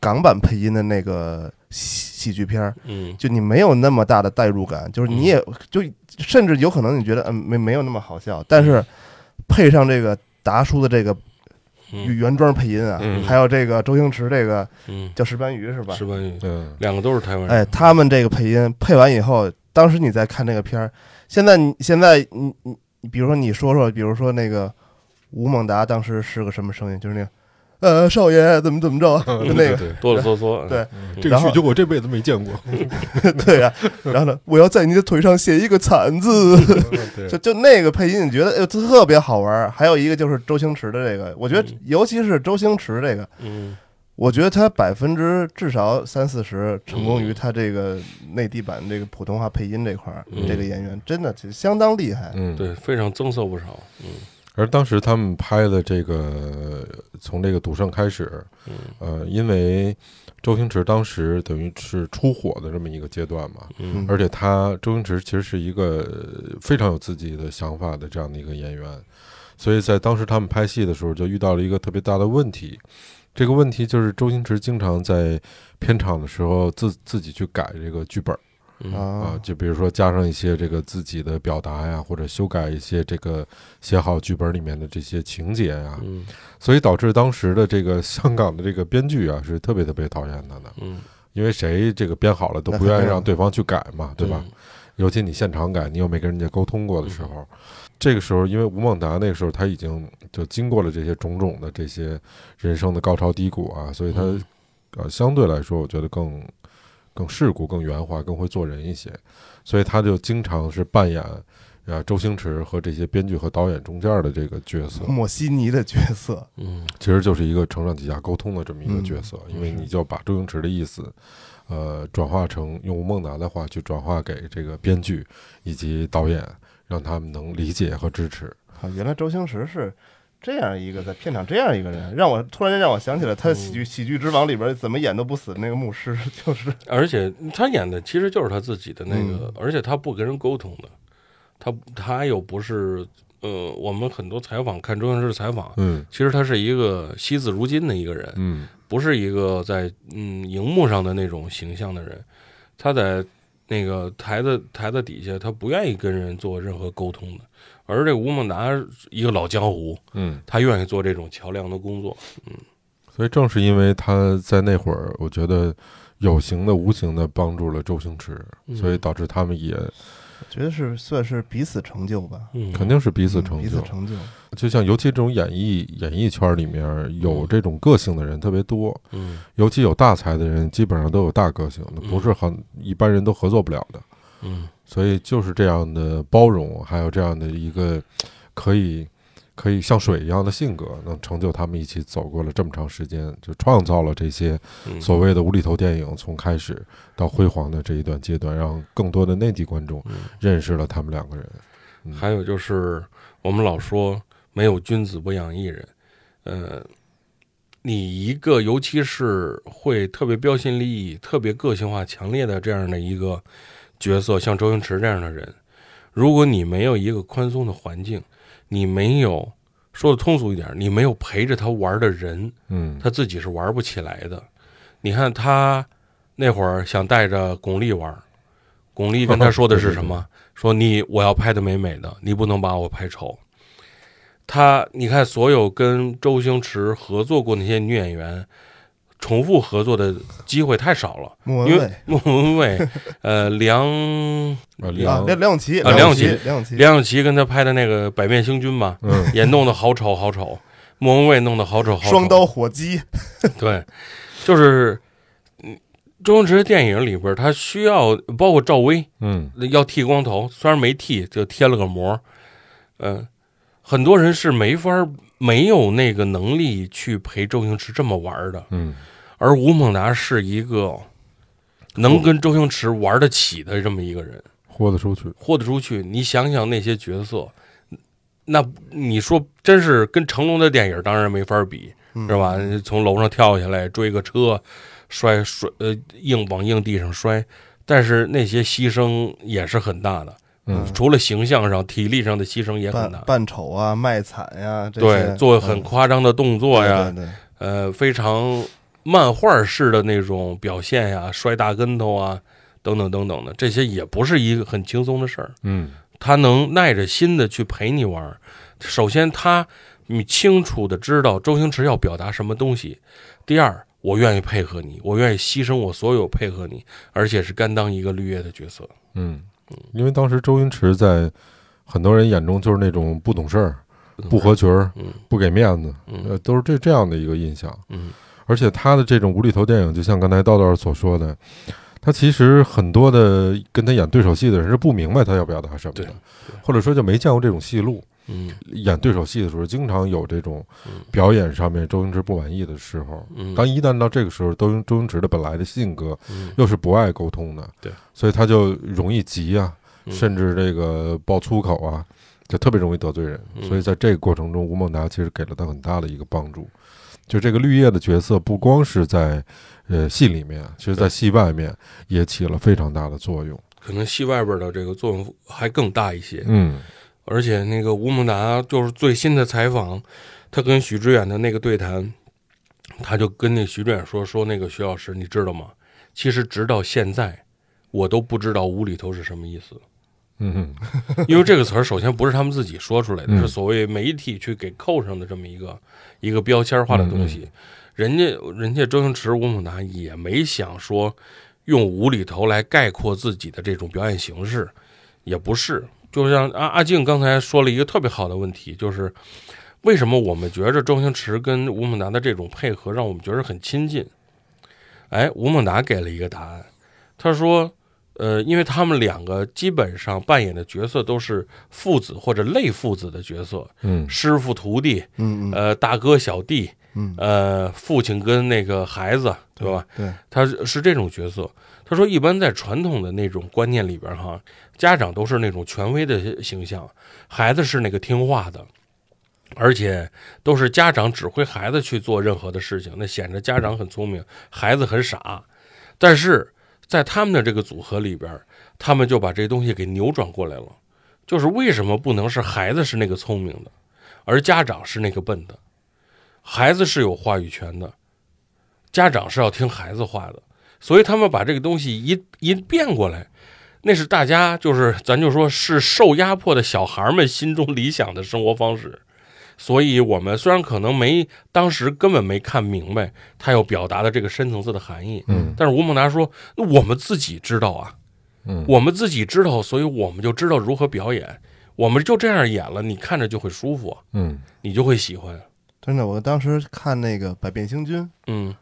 S3: 港版配音的那个喜喜剧片儿，
S4: 嗯
S3: 就你没有那么大的代入感，就是你也、就甚至有可能你觉得嗯没没有那么好笑，但是配上这个达叔的这个
S4: 嗯
S3: 原装配音啊，
S1: 嗯
S3: 还有这个周星驰这个
S4: 嗯，
S3: 叫石斑鱼是吧？
S4: 石斑鱼，
S1: 嗯
S4: 两个都是台湾人。
S3: 哎，他们这个配音配完以后，当时你在看这个片儿，现在你现在你你你，比如说你说说，比如说那个吴孟达当时是个什么声音，就是那个呃少爷怎么怎么
S4: *laughs*
S3: 着，就那个
S1: 对对
S4: 哆哆嗦嗦，
S3: 对
S1: 这
S3: 然
S1: 个
S3: 后
S1: 许久我这辈子没见过，
S3: 对呀、然后呢，我要在你的腿上写一个惨字，就
S1: *laughs* *laughs* 对，
S3: 就那个配音，你觉得哎呦特别好玩儿。还有一个就是周星驰的这个，我觉得
S4: 嗯
S3: 尤其是周星驰这个，
S4: 嗯
S3: 我觉得他百分之至少三四十成功于
S4: 嗯
S3: 他这个内地版这个普通话配音这块儿，
S4: 嗯
S3: 这个演员真的其实相当厉害。
S1: 嗯
S4: 对，非常增色不少。嗯
S1: 而当时他们拍的这个，从这个《赌圣》开始，
S4: 嗯
S1: 呃，因为周星驰当时等于是出火的这么一个阶段嘛，
S4: 嗯
S1: 而且他周星驰其实是一个呃非常有自己的想法的这样的一个演员，所以在当时他们拍戏的时候就遇到了一个特别大的问题，这个问题就是周星驰经常在片场的时候自自己去改这个剧本儿
S4: 嗯
S1: 啊
S3: 啊，，
S1: 就比如说加上一些这个自己的表达呀，或者修改一些这个写好剧本里面的这些情节呀，
S4: 嗯
S1: 所以导致当时的这个香港的这个编剧啊是特别特别讨厌他的，
S4: 嗯，
S1: 因为谁这个编好了都不愿意让对方去改嘛，对吧？
S4: 嗯？
S1: 尤其你现场改，你又没跟人家沟通过的时候，这个时候，因为吴孟达那个时候他已经就经过了这些种种的这些人生的高潮低谷啊，所以他、
S4: 嗯
S1: 呃相对来说，我觉得更更世故、更圆滑、更会做人一些，所以他就经常是扮演啊周星驰和这些编剧和导演中间的这个角色，
S3: *laughs* 莫西尼的角色，
S4: 嗯
S1: 其实就是一个承上启下沟通的这么一个角色，
S4: 嗯
S1: 因为你就把周星驰的意思，呃，转化成用吴孟达的话去转化给这个编剧以及导演，让他们能理解和支持。
S3: 啊，原来周星驰是这样一个在片场这样一个人，让我突然间让我想起了他《喜剧喜剧之王》里边怎么演都不死的那个牧师，就是
S4: 而且他演的其实就是他自己的那个，
S1: 嗯
S4: 而且他不跟人沟通的，他他又不是呃，我们很多采访看周星驰的采访，
S1: 嗯
S4: 其实他是一个惜字如金的一个人，
S1: 嗯
S4: 不是一个在嗯荧幕上的那种形象的人，他在那个台子台子底下，他不愿意跟人做任何沟通的。而这个吴孟达一个老江湖，
S1: 嗯，
S4: 他愿意做这种桥梁的工作。
S1: 所以正是因为他在那会儿，我觉得有形的、无形的帮助了周星驰，
S4: 嗯
S1: 所以导致他们也
S3: 我觉得是算是彼此成就吧，
S4: 嗯，
S1: 肯定是彼
S3: 彼
S1: 此成
S3: 彼
S1: 就
S3: 此。成就。
S1: 就像尤其这种演艺演艺圈里面有这种个性的人特别多，
S4: 嗯
S1: 尤其有大才的人，基本上都有大个性，那
S4: 嗯
S1: 不是很一般人都合作不了的。
S4: 嗯
S1: 所以就是这样的包容，还有这样的一个可以可以像水一样的性格，能成就他们一起走过了这么长时间，就创造了这些
S4: 嗯，
S1: 所谓的无厘头电影从开始到辉煌的这一段阶段，让更多的内地观众
S4: 嗯
S1: 认识了他们两个人。嗯
S4: 还有就是我们老说没有君子不养艺人，呃，你一个尤其是会特别标新立异、特别个性化、强烈的这样的一个角色，像周星驰这样的人，如果你没有一个宽松的环境，你没有说的通俗一点，你没有陪着他玩的人，
S1: 嗯
S4: 他自己是玩不起来的。你看他那会儿想带着巩俐玩儿，巩俐跟他说的是
S3: *laughs*
S4: 什么？说你我要拍的美美的，你不能把我拍丑。他你看，所有跟周星驰合作过那些女演员，重复合作的机会太少了。
S3: 莫
S4: 因
S3: 文
S4: 为
S3: 蔚
S4: 莫 *laughs* 文蔚、呃梁
S1: 啊，
S3: 啊，
S1: 梁
S3: 梁梁咏琪，
S4: 啊
S3: 咏
S4: 梁咏
S3: 梁咏琪，
S4: 梁咏琪跟他拍的那个《百变星君》嘛，
S1: 嗯
S4: 也弄得好丑好丑，莫文蔚弄得好丑好丑，
S3: 双刀火鸡，
S4: 对，就是嗯，周星驰的电影里边儿，他需要包括赵薇
S1: 嗯
S4: 要剃光头，虽然没剃，就贴了个膜。嗯、很多人是没法儿没有那个能力去陪周星驰这么玩儿的，
S1: 嗯，
S4: 而吴孟达是一个能跟周星驰玩得起的这么一个人，
S1: 豁得出去。
S4: 豁得出去。你想想那些角色。那你说真是跟成龙的电影当然没法儿比，
S3: 嗯
S4: 是？吧？从楼上跳下来，追个车，摔摔呃硬往硬地上摔，但是那些牺牲也是很大的，
S1: 嗯
S4: 除了形象上、体力上的牺牲也很
S3: 扮
S4: 大。
S3: 扮丑啊，卖惨呀，这些嗯
S4: 对，做很夸张的动作呀，，
S3: 嗯对对对
S4: 呃，非常漫画式的那种表现呀，摔大跟头啊，等等等等的，这些也不是一个很轻松的事儿。
S1: 嗯
S4: 他能耐着心的去陪你玩儿。首先他，你清楚的知道周星驰要表达什么东西。第二，我愿意配合你，我愿意牺牲我所有配合你，而且是甘当一个绿叶的角色。
S1: 嗯，因为当时周星驰在很多人眼中就是那种不懂事儿。不合群儿，
S4: 嗯
S1: 不给面子，
S4: 嗯
S1: 呃，都是这这样的一个印象。
S4: 嗯
S1: 而且他的这种无厘头电影，就像刚才道道所说的，他其实很多的跟他演对手戏的人是不明白他要表达什么
S4: 对
S1: 的，或者说就没见过这种戏路。
S4: 嗯
S1: 演对手戏的时候，经常有这种
S4: 嗯
S1: 表演上面周星驰不满意的时候。
S4: 嗯，
S1: 当一旦到这个时候，周星周星驰的本来的性格
S4: 嗯
S1: 又是不爱沟通的，
S4: 对，
S1: 所以他就容易急啊，
S4: 嗯
S1: 甚至这个爆粗口啊，就特别容易得罪人。
S4: 嗯
S1: 所以在这个过程中，吴孟达其实给了他很大的一个帮助。就这个绿叶的角色，不光是在呃戏里面，其实在戏外面也起了非常大的作用。
S4: 可能戏外边的这个作用还更大一些。
S1: 嗯
S4: 而且那个吴孟达就是最新的采访，他跟许知远的那个对谈，他就跟那徐志远说说那个徐老师，你知道吗？其实直到现在，我都不知道无厘头是什么意思，
S1: 嗯哼
S4: 因为这个词儿首先不是他们自己说出来的，
S1: 嗯
S4: 是所谓媒体去给扣上的这么一个一个标签
S1: 嗯
S4: 化的东西。人家人家周星驰、吴孟达也没想说用无厘头来概括自己的这种表演形式，也不是。就像阿阿静刚才说了一个特别好的问题，就是为什么我们觉着周星驰跟吴孟达的这种配合让我们觉得很亲近？哎，吴孟达给了一个答案，他说：“呃，因为他们两个基本上扮演的角色都是父子或者类父子的角色，
S1: 嗯
S4: 师傅徒弟，
S3: 嗯嗯
S4: 呃，大哥小弟，
S3: 嗯，
S4: 呃，父亲跟那个孩子，对吧？
S3: 对，
S4: 他是是这种角色。他说，一般在传统的那种观念里边，哈，家长都是那种权威的形象，孩子是那个听话的，而且都是家长指挥孩子去做任何的事情，那显着家长很聪明，孩子很傻。但是在他们的这个组合里边，他们就把这东西给扭转过来了，就是为什么不能是孩子是那个聪明的，而家长是那个笨的？孩子是有话语权的，家长是要听孩子话的，所以他们把这个东西一一变过来，那是大家就是咱就说是受压迫的小孩们心中理想的生活方式。所以，我们虽然可能没当时根本没看明白他要表达的这个深层次的含义，
S1: 嗯
S4: 但是吴孟达说，那我们自己知道啊，
S1: 嗯
S4: 我们自己知道，所以我们就知道如何表演，我们就这样演了，你看着就会舒服，
S1: 嗯
S4: 你就会喜欢，
S3: 真的，我当时看那个《百变星君》，《
S4: 嗯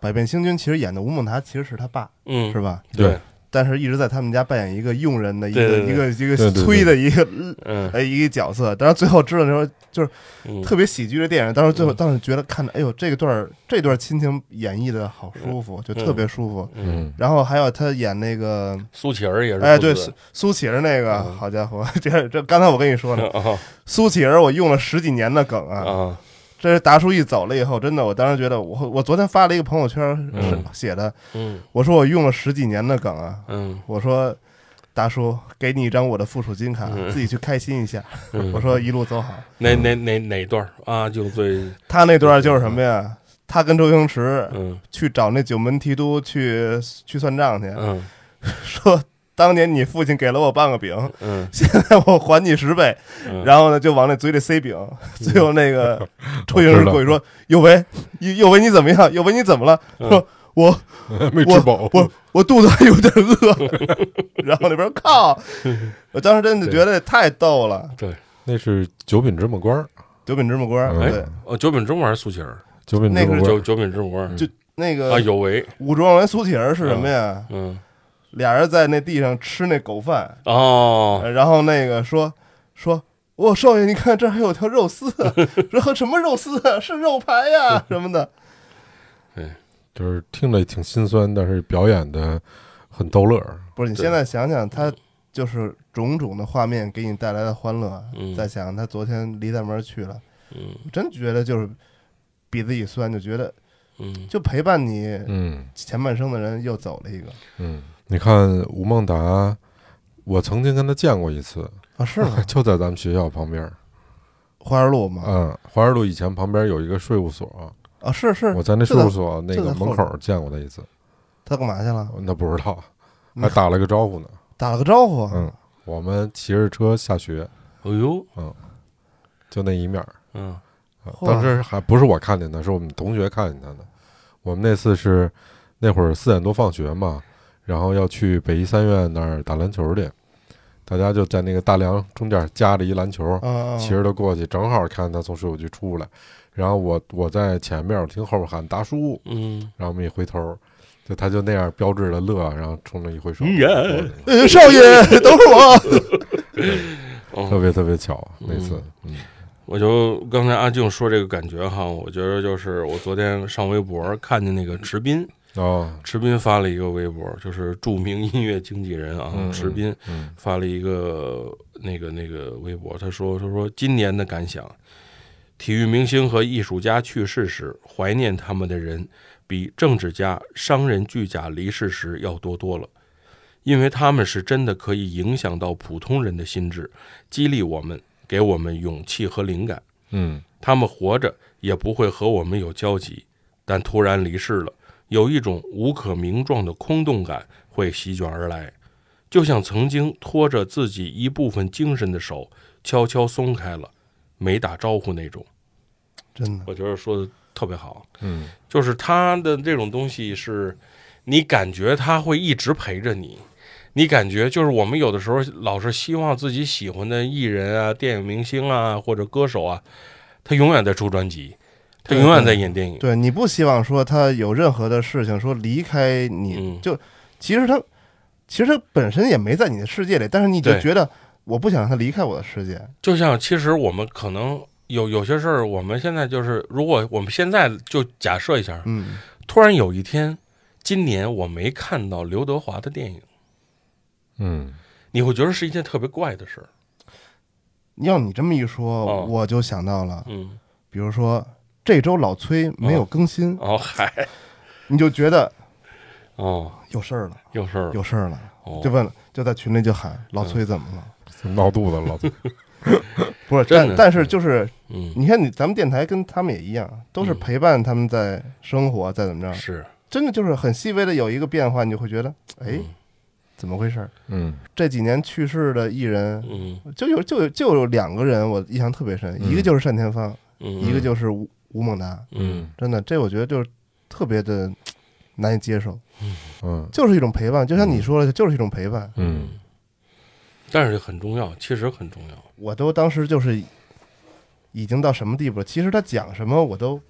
S3: 百变星君》其实演的吴孟达其实是他爸，
S4: 嗯，
S3: 是吧？
S4: 对，
S3: 但是一直在他们家扮演一个佣人的一个
S4: 对对对
S3: 一个一
S1: 对
S3: 个
S1: 对对
S3: 催的一个
S4: 嗯
S3: 呃一个角色，但是最后知道的时候就是
S4: 嗯，
S3: 特别喜剧的电影，当时最后
S4: 嗯
S3: 当时觉得看着，哎呦，这个段儿这段亲情演绎的好舒服，就特别舒服。
S4: 嗯，
S1: 嗯
S3: 然后还有他演那个，
S4: 苏乞儿也是父子，
S3: 哎，对，苏苏乞儿那个，
S4: 嗯
S3: 好家伙，这这刚才我跟你说呢，
S4: 啊
S3: 苏乞儿我用了十几年的梗啊，
S4: 啊，
S3: 这是达叔一走了以后，真的，我当时觉得我我昨天发了一个朋友圈
S1: 嗯
S3: 是写的，
S4: 嗯
S3: 我说我用了十几年的梗啊，
S4: 嗯
S3: 我说达叔给你一张我的附属金卡，
S4: 嗯
S3: 自己去开心一下，
S4: 嗯，
S3: 我说一路走好。
S4: 哪哪哪哪段儿啊？就最
S3: 他那段就是什么呀？他跟周星驰
S4: 嗯
S3: 去找那九门提督去去算账去，
S4: 嗯
S3: 说当年你父亲给了我半个饼， *laughs*
S4: 嗯
S3: 现在我还你十倍，
S4: 嗯，
S3: 然后呢就往那嘴里塞饼，最后那个周星驰过去说：“有为，有有为你怎么样？有为你怎么了？”
S4: 嗯
S3: 说：“我
S1: *laughs* 没吃饱，
S3: 我我肚子还有点饿。” *laughs* 然后那边靠，我当时真的觉得太逗了，
S1: 那是九品芝麻官儿，
S3: 九品芝麻官，
S1: 哎
S3: 对，
S4: 哦，九品芝麻还是苏乞儿？
S1: 九品芝麻
S3: 那个
S1: 官
S4: 九
S1: 儿，
S4: 九品芝麻官
S3: 就那
S4: 啊，
S3: 个
S4: 有为，
S3: 武状元苏乞儿是什么呀？
S4: 嗯
S3: 俩人在那地上吃那狗饭，
S4: 哦，
S3: 呃然后那个说说，我少爷，你看这儿还有条肉
S4: *laughs*
S3: 丝啊，说什么肉丝啊，是肉排呀、
S4: 嗯
S3: 什么的，
S1: 就是听着挺心酸，但是表演的很逗乐儿。
S3: 不是你
S4: 对
S3: 现在想想，他就是种种的画面给你带来的欢乐啊，
S4: 嗯
S3: 再想他昨天离大门去了，
S4: 嗯
S3: 我真觉得就是鼻子一酸，就觉得
S4: 嗯
S3: 就陪伴你
S1: 嗯
S3: 前半生的人又走了一个
S1: 嗯，你看吴孟达，我曾经跟他见过一次，？
S3: 啊，啊是吗
S1: 就在咱们学校旁边儿。
S3: 花儿路吗？
S1: 嗯，华尔路以前旁边有一个税务所，
S3: 啊，是是，
S1: 我在那税务所那
S3: 就在
S1: 个
S3: 后
S1: 门口见过他一次，
S3: 他干嘛去了？
S1: 那不知道，
S3: 嗯
S1: 还打了个招呼呢。
S3: 打了个招呼，啊
S1: 嗯，我们骑着车下学，
S4: 哎呦，
S1: 就那一面儿。
S4: 嗯
S1: 啊
S3: 嚯
S1: 当时还不是我看见他，是我们同学看见他的。我们那次是那会儿四点多放学嘛，然后要去北医三院那儿打篮球去，大家就在那个大梁中间夹着一篮球，
S3: 嗯，嗯
S1: 骑着他过去，正好看他从税务局出来，然后我我在前面，我听后边喊达叔，
S4: 嗯，
S1: 然后我们一回头，就他就那样标志的乐，然后冲着一挥手，
S4: 嗯呀
S3: 呃，少爷，等会儿我。
S1: 嗯特
S4: 哦，
S1: 别特别巧那次，嗯
S4: 我就刚才阿静说这个感觉哈，我觉得就是我昨天上微博看见那个池斌，
S1: 哦，
S4: 池斌发了一个微博，就是著名音乐经纪人啊，
S1: 嗯
S4: 池斌
S1: 嗯
S4: 发了一个那个那个微博，他说他说今年的感想，体育明星和艺术家去世时，怀念他们的人比政治家、商人、巨贾离世时要多多了，因为他们是真的可以影响到普通人的心智，激励我们，给我们勇气和灵感。
S1: 嗯
S4: 他们活着也不会和我们有交集，但突然离世了，有一种无可名状的空洞感会席卷而来，就像曾经拖着自己一部分精神的手悄悄松开了，没打招呼那种。
S3: 真的
S4: *laughs* 我觉得说的特别好，
S1: 嗯，
S4: 就是他的这种东西是，你感觉他会一直陪着你，你感觉就是我们有的时候老是希望自己喜欢的艺人啊、电影明星啊或者歌手啊，他永远在出专辑，他
S3: 对
S4: 永远在演电影，
S3: 对，你不希望说他有任何的事情说离开你，
S4: 嗯
S3: 就其实他其实他本身也没在你的世界里，但是你就
S4: 对
S3: 觉得我不想让他离开我的世界，
S4: 就像其实我们可能有有些事儿，我们现在就是如果我们现在就假设一下，
S3: 嗯，
S4: 突然有一天，今年我没看到刘德华的电影，
S1: 嗯，
S4: 你会觉得是一件特别怪的事儿，
S3: 要你这么一说，
S4: 哦
S3: 我就想到了，
S4: 嗯，
S3: 比如说这周老崔没有更新，
S4: 哦嗨，
S3: 你就觉得
S4: 哦，
S3: 有事儿了，
S4: 有事儿，
S3: 有事儿了，
S4: 哦嗯
S3: 就问了，就在群里就喊老崔怎么了？
S5: 闹肚子了，老子
S3: 不是，
S4: 真的
S3: 但但是就是
S4: 嗯，
S3: 你看你咱们电台跟他们也一样，都是
S4: 嗯
S3: 陪伴他们在生活，在怎么着，
S4: 是，
S3: 真的就是很细微的有一个变化，你就会觉得，哎
S4: 嗯，
S3: 怎么回事儿？
S1: 嗯，
S3: 这几年去世的艺人。
S4: 嗯
S3: 就有就有就有两个人，我印象特别深，一个就是单田芳，
S4: 嗯，
S3: 一个就是吴吴孟达。
S4: 嗯，
S3: 真的，这我觉得就是特别的难以接受，
S1: 嗯，
S3: 就是一种陪伴，就
S4: 嗯
S3: 像你说的，就是一种陪伴。
S1: 嗯，
S4: 但是很重要，其实很重要，
S3: 我都当时就是已经到什么地步了，其实他讲什么我都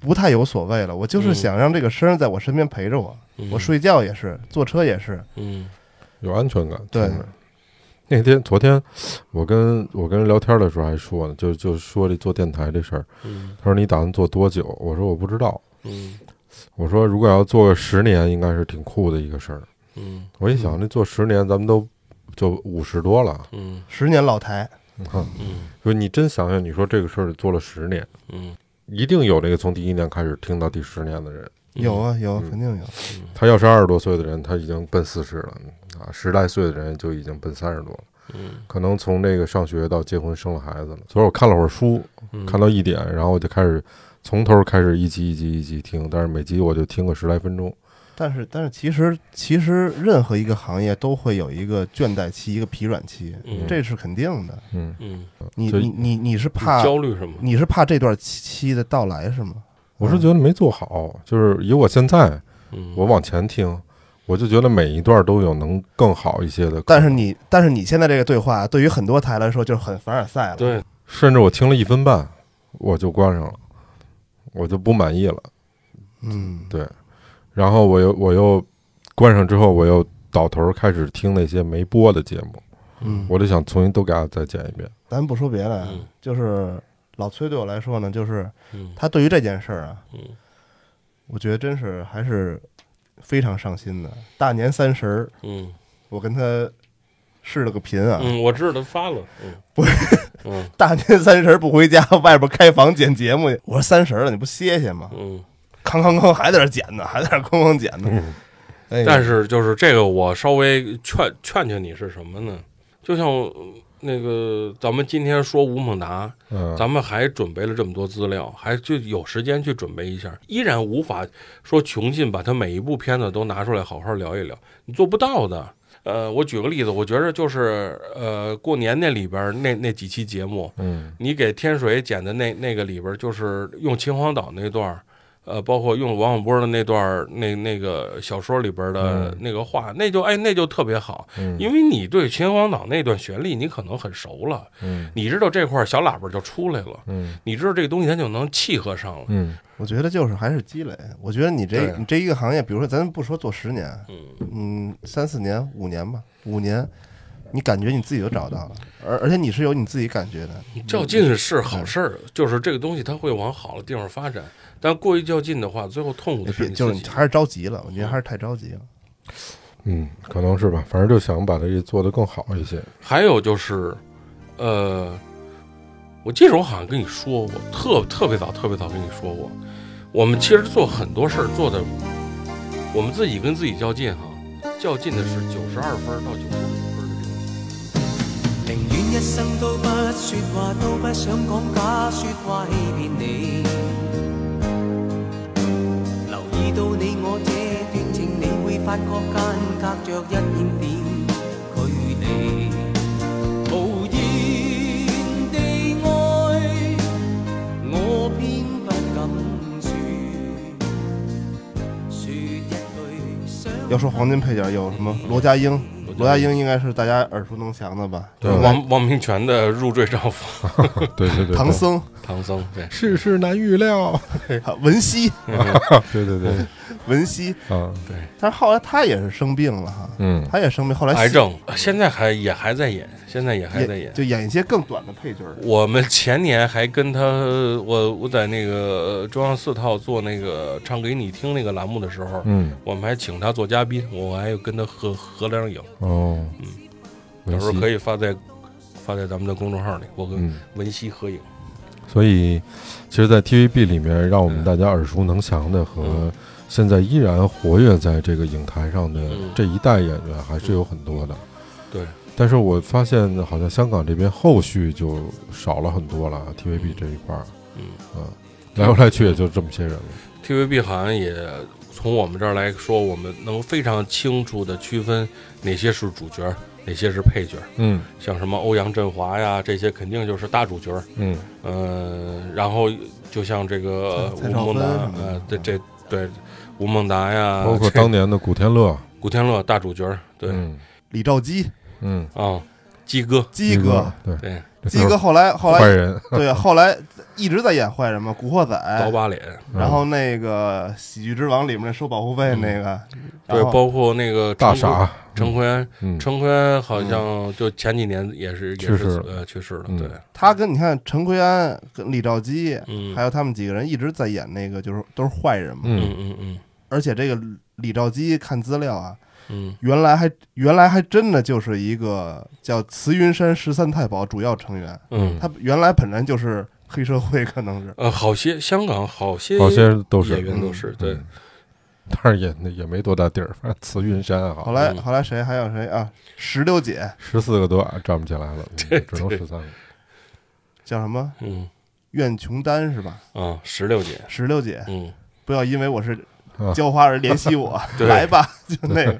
S3: 不太有所谓了，我就是
S4: 嗯
S3: 想让这个声儿在我身边陪着我，
S4: 嗯
S3: 我，睡觉也是，坐车也是，
S4: 嗯
S1: 有安全感。
S3: 对
S1: 听着，那天昨天我跟我跟人聊天的时候还说呢，就就说这做电台这事儿，
S4: 嗯
S1: 他说你打算做多久？我说我不知道。
S4: 嗯
S1: 我说如果要做个十年，应该是挺酷的一个事儿。
S4: 嗯
S1: 我一想，这做十年，咱们都就五十多了，
S4: 嗯
S3: 十年老台，
S1: 哼，
S4: 嗯
S1: 就你真想想，你说这个事儿做了十年，
S4: 嗯，
S1: 一定有那个从第一年开始听到第十年的人。
S3: 有啊有啊，
S1: 嗯
S3: 肯定有。
S1: 他要是二十多岁的人，他已经奔四十了啊；十来岁的人就已经奔三十多了。
S4: 嗯，
S1: 可能从这个上学到结婚生了孩子了。所以我看了会儿书，
S4: 嗯，
S1: 看到一点，然后我就开始从头开始一集一集一集听，但是每集我就听个十来分钟。
S3: 但是但是其实其实任何一个行业都会有一个倦怠期，一个疲软期，
S4: 嗯
S3: 这是肯定的。
S1: 嗯，
S4: 嗯，
S3: 你
S1: 所以
S3: 你你你是
S4: 你
S3: 怕嗯
S4: 焦虑什么？
S3: 你是怕这段期期的到来是吗？
S1: 我是觉得没做好，就是以我现在
S4: 嗯，
S1: 我往前听，我就觉得每一段都有能更好一些的可能。
S3: 但是你，但是你现在这个对话，对于很多台来说就是很凡尔赛了。，
S4: 对，
S1: 甚至我听了一分半，我就关上了，我就不满意了。
S3: 嗯，
S1: 对，然后我又我又关上之后，我又倒头开始听那些没播的节目，
S3: 嗯，
S1: 我就想重新都给它再剪一遍。
S3: 咱不说别的啊，
S4: 嗯
S3: 就是老崔对我来说呢，就是
S4: 嗯
S3: 他对于这件事儿啊，
S4: 嗯
S3: 我觉得真是还是非常上心的。大年三十儿，
S4: 嗯
S3: 我跟他试了个频啊，
S4: 嗯，我知道他发了，嗯，不是，
S3: 大年三十儿不回家，外边开房剪节目去。我说三十儿了，你不歇歇吗？
S4: 嗯嗯，
S3: 哐哐哐还在那儿剪呢，还在那儿哐哐剪呢。哎呀
S4: 但是就是这个，我稍微劝劝劝你是什么呢？就像呃那个咱们今天说吴孟达，
S1: 嗯，
S4: 咱们还准备了这么多资料，还就有时间去准备一下，依然无法说穷尽把他每一部片子都拿出来好好聊一聊，你做不到的。呃，我举个例子，我觉着就是呃，过年那里边儿那那几期节目，
S1: 嗯
S4: 你给天水剪的那那个里边，就是用秦皇岛那段儿，呃，包括用王小波的那段儿，那那个小说里边的那个话，那就哎那就特别好，
S1: 嗯
S4: 因为你对秦皇岛那段旋律你可能很熟了，
S1: 嗯
S4: 你知道这块儿小喇叭就出来了，
S1: 嗯
S4: 你知道这个东西它就能契合上了。
S1: 嗯
S3: 我觉得就是还是积累。我觉得你这、
S4: 对啊
S3: 你这一个行业，比如说咱不说做十年，
S4: 嗯
S3: 嗯，三四年、五年吧，五年，你感觉你自己就找到了，而而且你是有你自己感觉的。
S4: 较劲是
S1: 嗯
S4: 好事儿，就是这个东西它会往好的地方发展，但过于较劲的话，最后痛苦
S3: 也
S4: 的
S3: 别
S4: 是你
S3: 就是
S4: 自
S3: 你
S4: 己。
S3: 还是着急了，我觉得还是太着急了。
S1: 嗯，可能是吧，反正就想把它给做得更好一些。 *laughs*
S4: 还有就是，呃，我记着我好像跟你说过，特特别早特别早跟你说过，我们其实做很多事儿做的，我们自己跟自己较劲哈，较劲的是九十二分儿到九十五分儿的这种。
S6: 寧願一生都不说話，都不想講假说話欺騙你。到你我这段情，你會發覺間隔着一點點距離。無言地愛，我偏不敢説，説一句想。
S3: 要说黄金配角有什么？罗家英，罗家英应该是大家耳熟能详的吧？
S1: 对
S4: 王王明全的入赘丈夫
S1: 对对对对，
S3: 唐僧、啊
S4: 唐僧，对，
S1: *laughs* 世事难预
S3: *laughs*
S1: 料，
S3: 文熙、
S1: 对对对，
S3: 文熙，
S1: 啊，
S3: 但是后来他也是生病了哈，
S1: 嗯，
S3: 他也生病，后来
S4: 癌症，现在还也还在演，现在也还在
S3: 也
S4: 演。
S3: 就演一些更短的配角儿。
S4: 我们前年还跟他，我我在那个中央四套做那个唱给你听那个栏目的时候，
S1: 嗯，
S4: 我们还请他做嘉宾，我还跟他合合了张影，
S1: 哦，
S4: 嗯到时候可
S1: 以，
S4: 以发在发在咱们的公众号里，我跟
S1: 嗯，
S4: 文熙合影。
S1: 所以其实，在 TVB 里面，让我们大家耳熟能详的和
S4: 嗯
S1: 现在依然活跃在这个影坛上的
S4: 嗯
S1: 这一代演员，还是有很多的。
S4: 对，
S1: 但是我发现，好像香港这边后续就少了很多了，TVB 这一块儿，
S4: 嗯
S1: 嗯，来回来去也就这么些人了。
S4: TVB 好像也从我们这儿来说，我们能非常清楚的区分哪些是主角，哪些是配角。
S1: 嗯
S4: 像什么欧阳震华呀，这些肯定就是大主角。
S1: 嗯
S4: 嗯、然后就像这个
S3: 蔡
S4: 吴
S3: 蔡少
S4: 孟达
S3: 芬什，么的
S4: 呃，对这对吴孟达呀，
S1: 包括
S4: 这
S1: 当年的古天乐，
S4: 古天乐大主角，对啊、
S1: 嗯
S3: 李兆基、
S1: 嗯，
S4: 鸡哥，
S3: 鸡
S1: 哥
S3: 哥，，
S1: 对，
S4: 对，
S3: 鸡哥啊后来后
S1: 坏
S3: 来
S1: 人，
S4: *laughs*
S3: 对，后来一直在演坏人嘛，《古惑仔
S4: 刀》，疤脸，
S3: 然后那个《喜剧之王》里面那收保护费那个，
S4: 嗯对，
S3: 然后
S4: 包括那个
S1: 大
S4: 陈坤
S1: 傻，
S4: 陈奎安，
S1: 嗯，
S4: 陈奎安好像就前几年也是也
S1: 去世
S4: 是
S1: 了
S4: 呃去世了，
S1: 嗯
S4: 对，
S3: 他跟你看陈奎安、跟李兆基，
S4: 嗯
S3: 还有他们几个人一直在演那个，就是都是坏人嘛。
S1: 嗯
S4: 嗯嗯嗯
S3: 而且这个李兆基看资料啊，
S4: 嗯，
S3: 原来还原来还真的就是一个叫慈云山十三太保主要成员，
S4: 嗯，
S3: 他原来本人就是黑社会，可能
S4: *laughs*
S3: 是
S4: 呃，好些香港好些
S1: 好些都是
S4: 演员都是对，
S1: 嗯但是也那也没多大地儿，反正慈云山啊
S3: 后，来
S4: 嗯
S3: 后来谁还有谁啊？石榴姐
S1: 十四个都站不起来了，嗯只能十三个。
S3: 叫什么？
S4: 嗯
S3: 苑琼丹是吧？
S4: 啊，石榴姐，
S3: 石榴姐，
S4: 嗯，
S3: 不要因为我是
S1: 啊
S3: 浇花而怜惜
S4: *laughs*
S3: 我， *laughs*
S4: 对
S3: 来吧，就那
S4: *laughs*
S3: 个。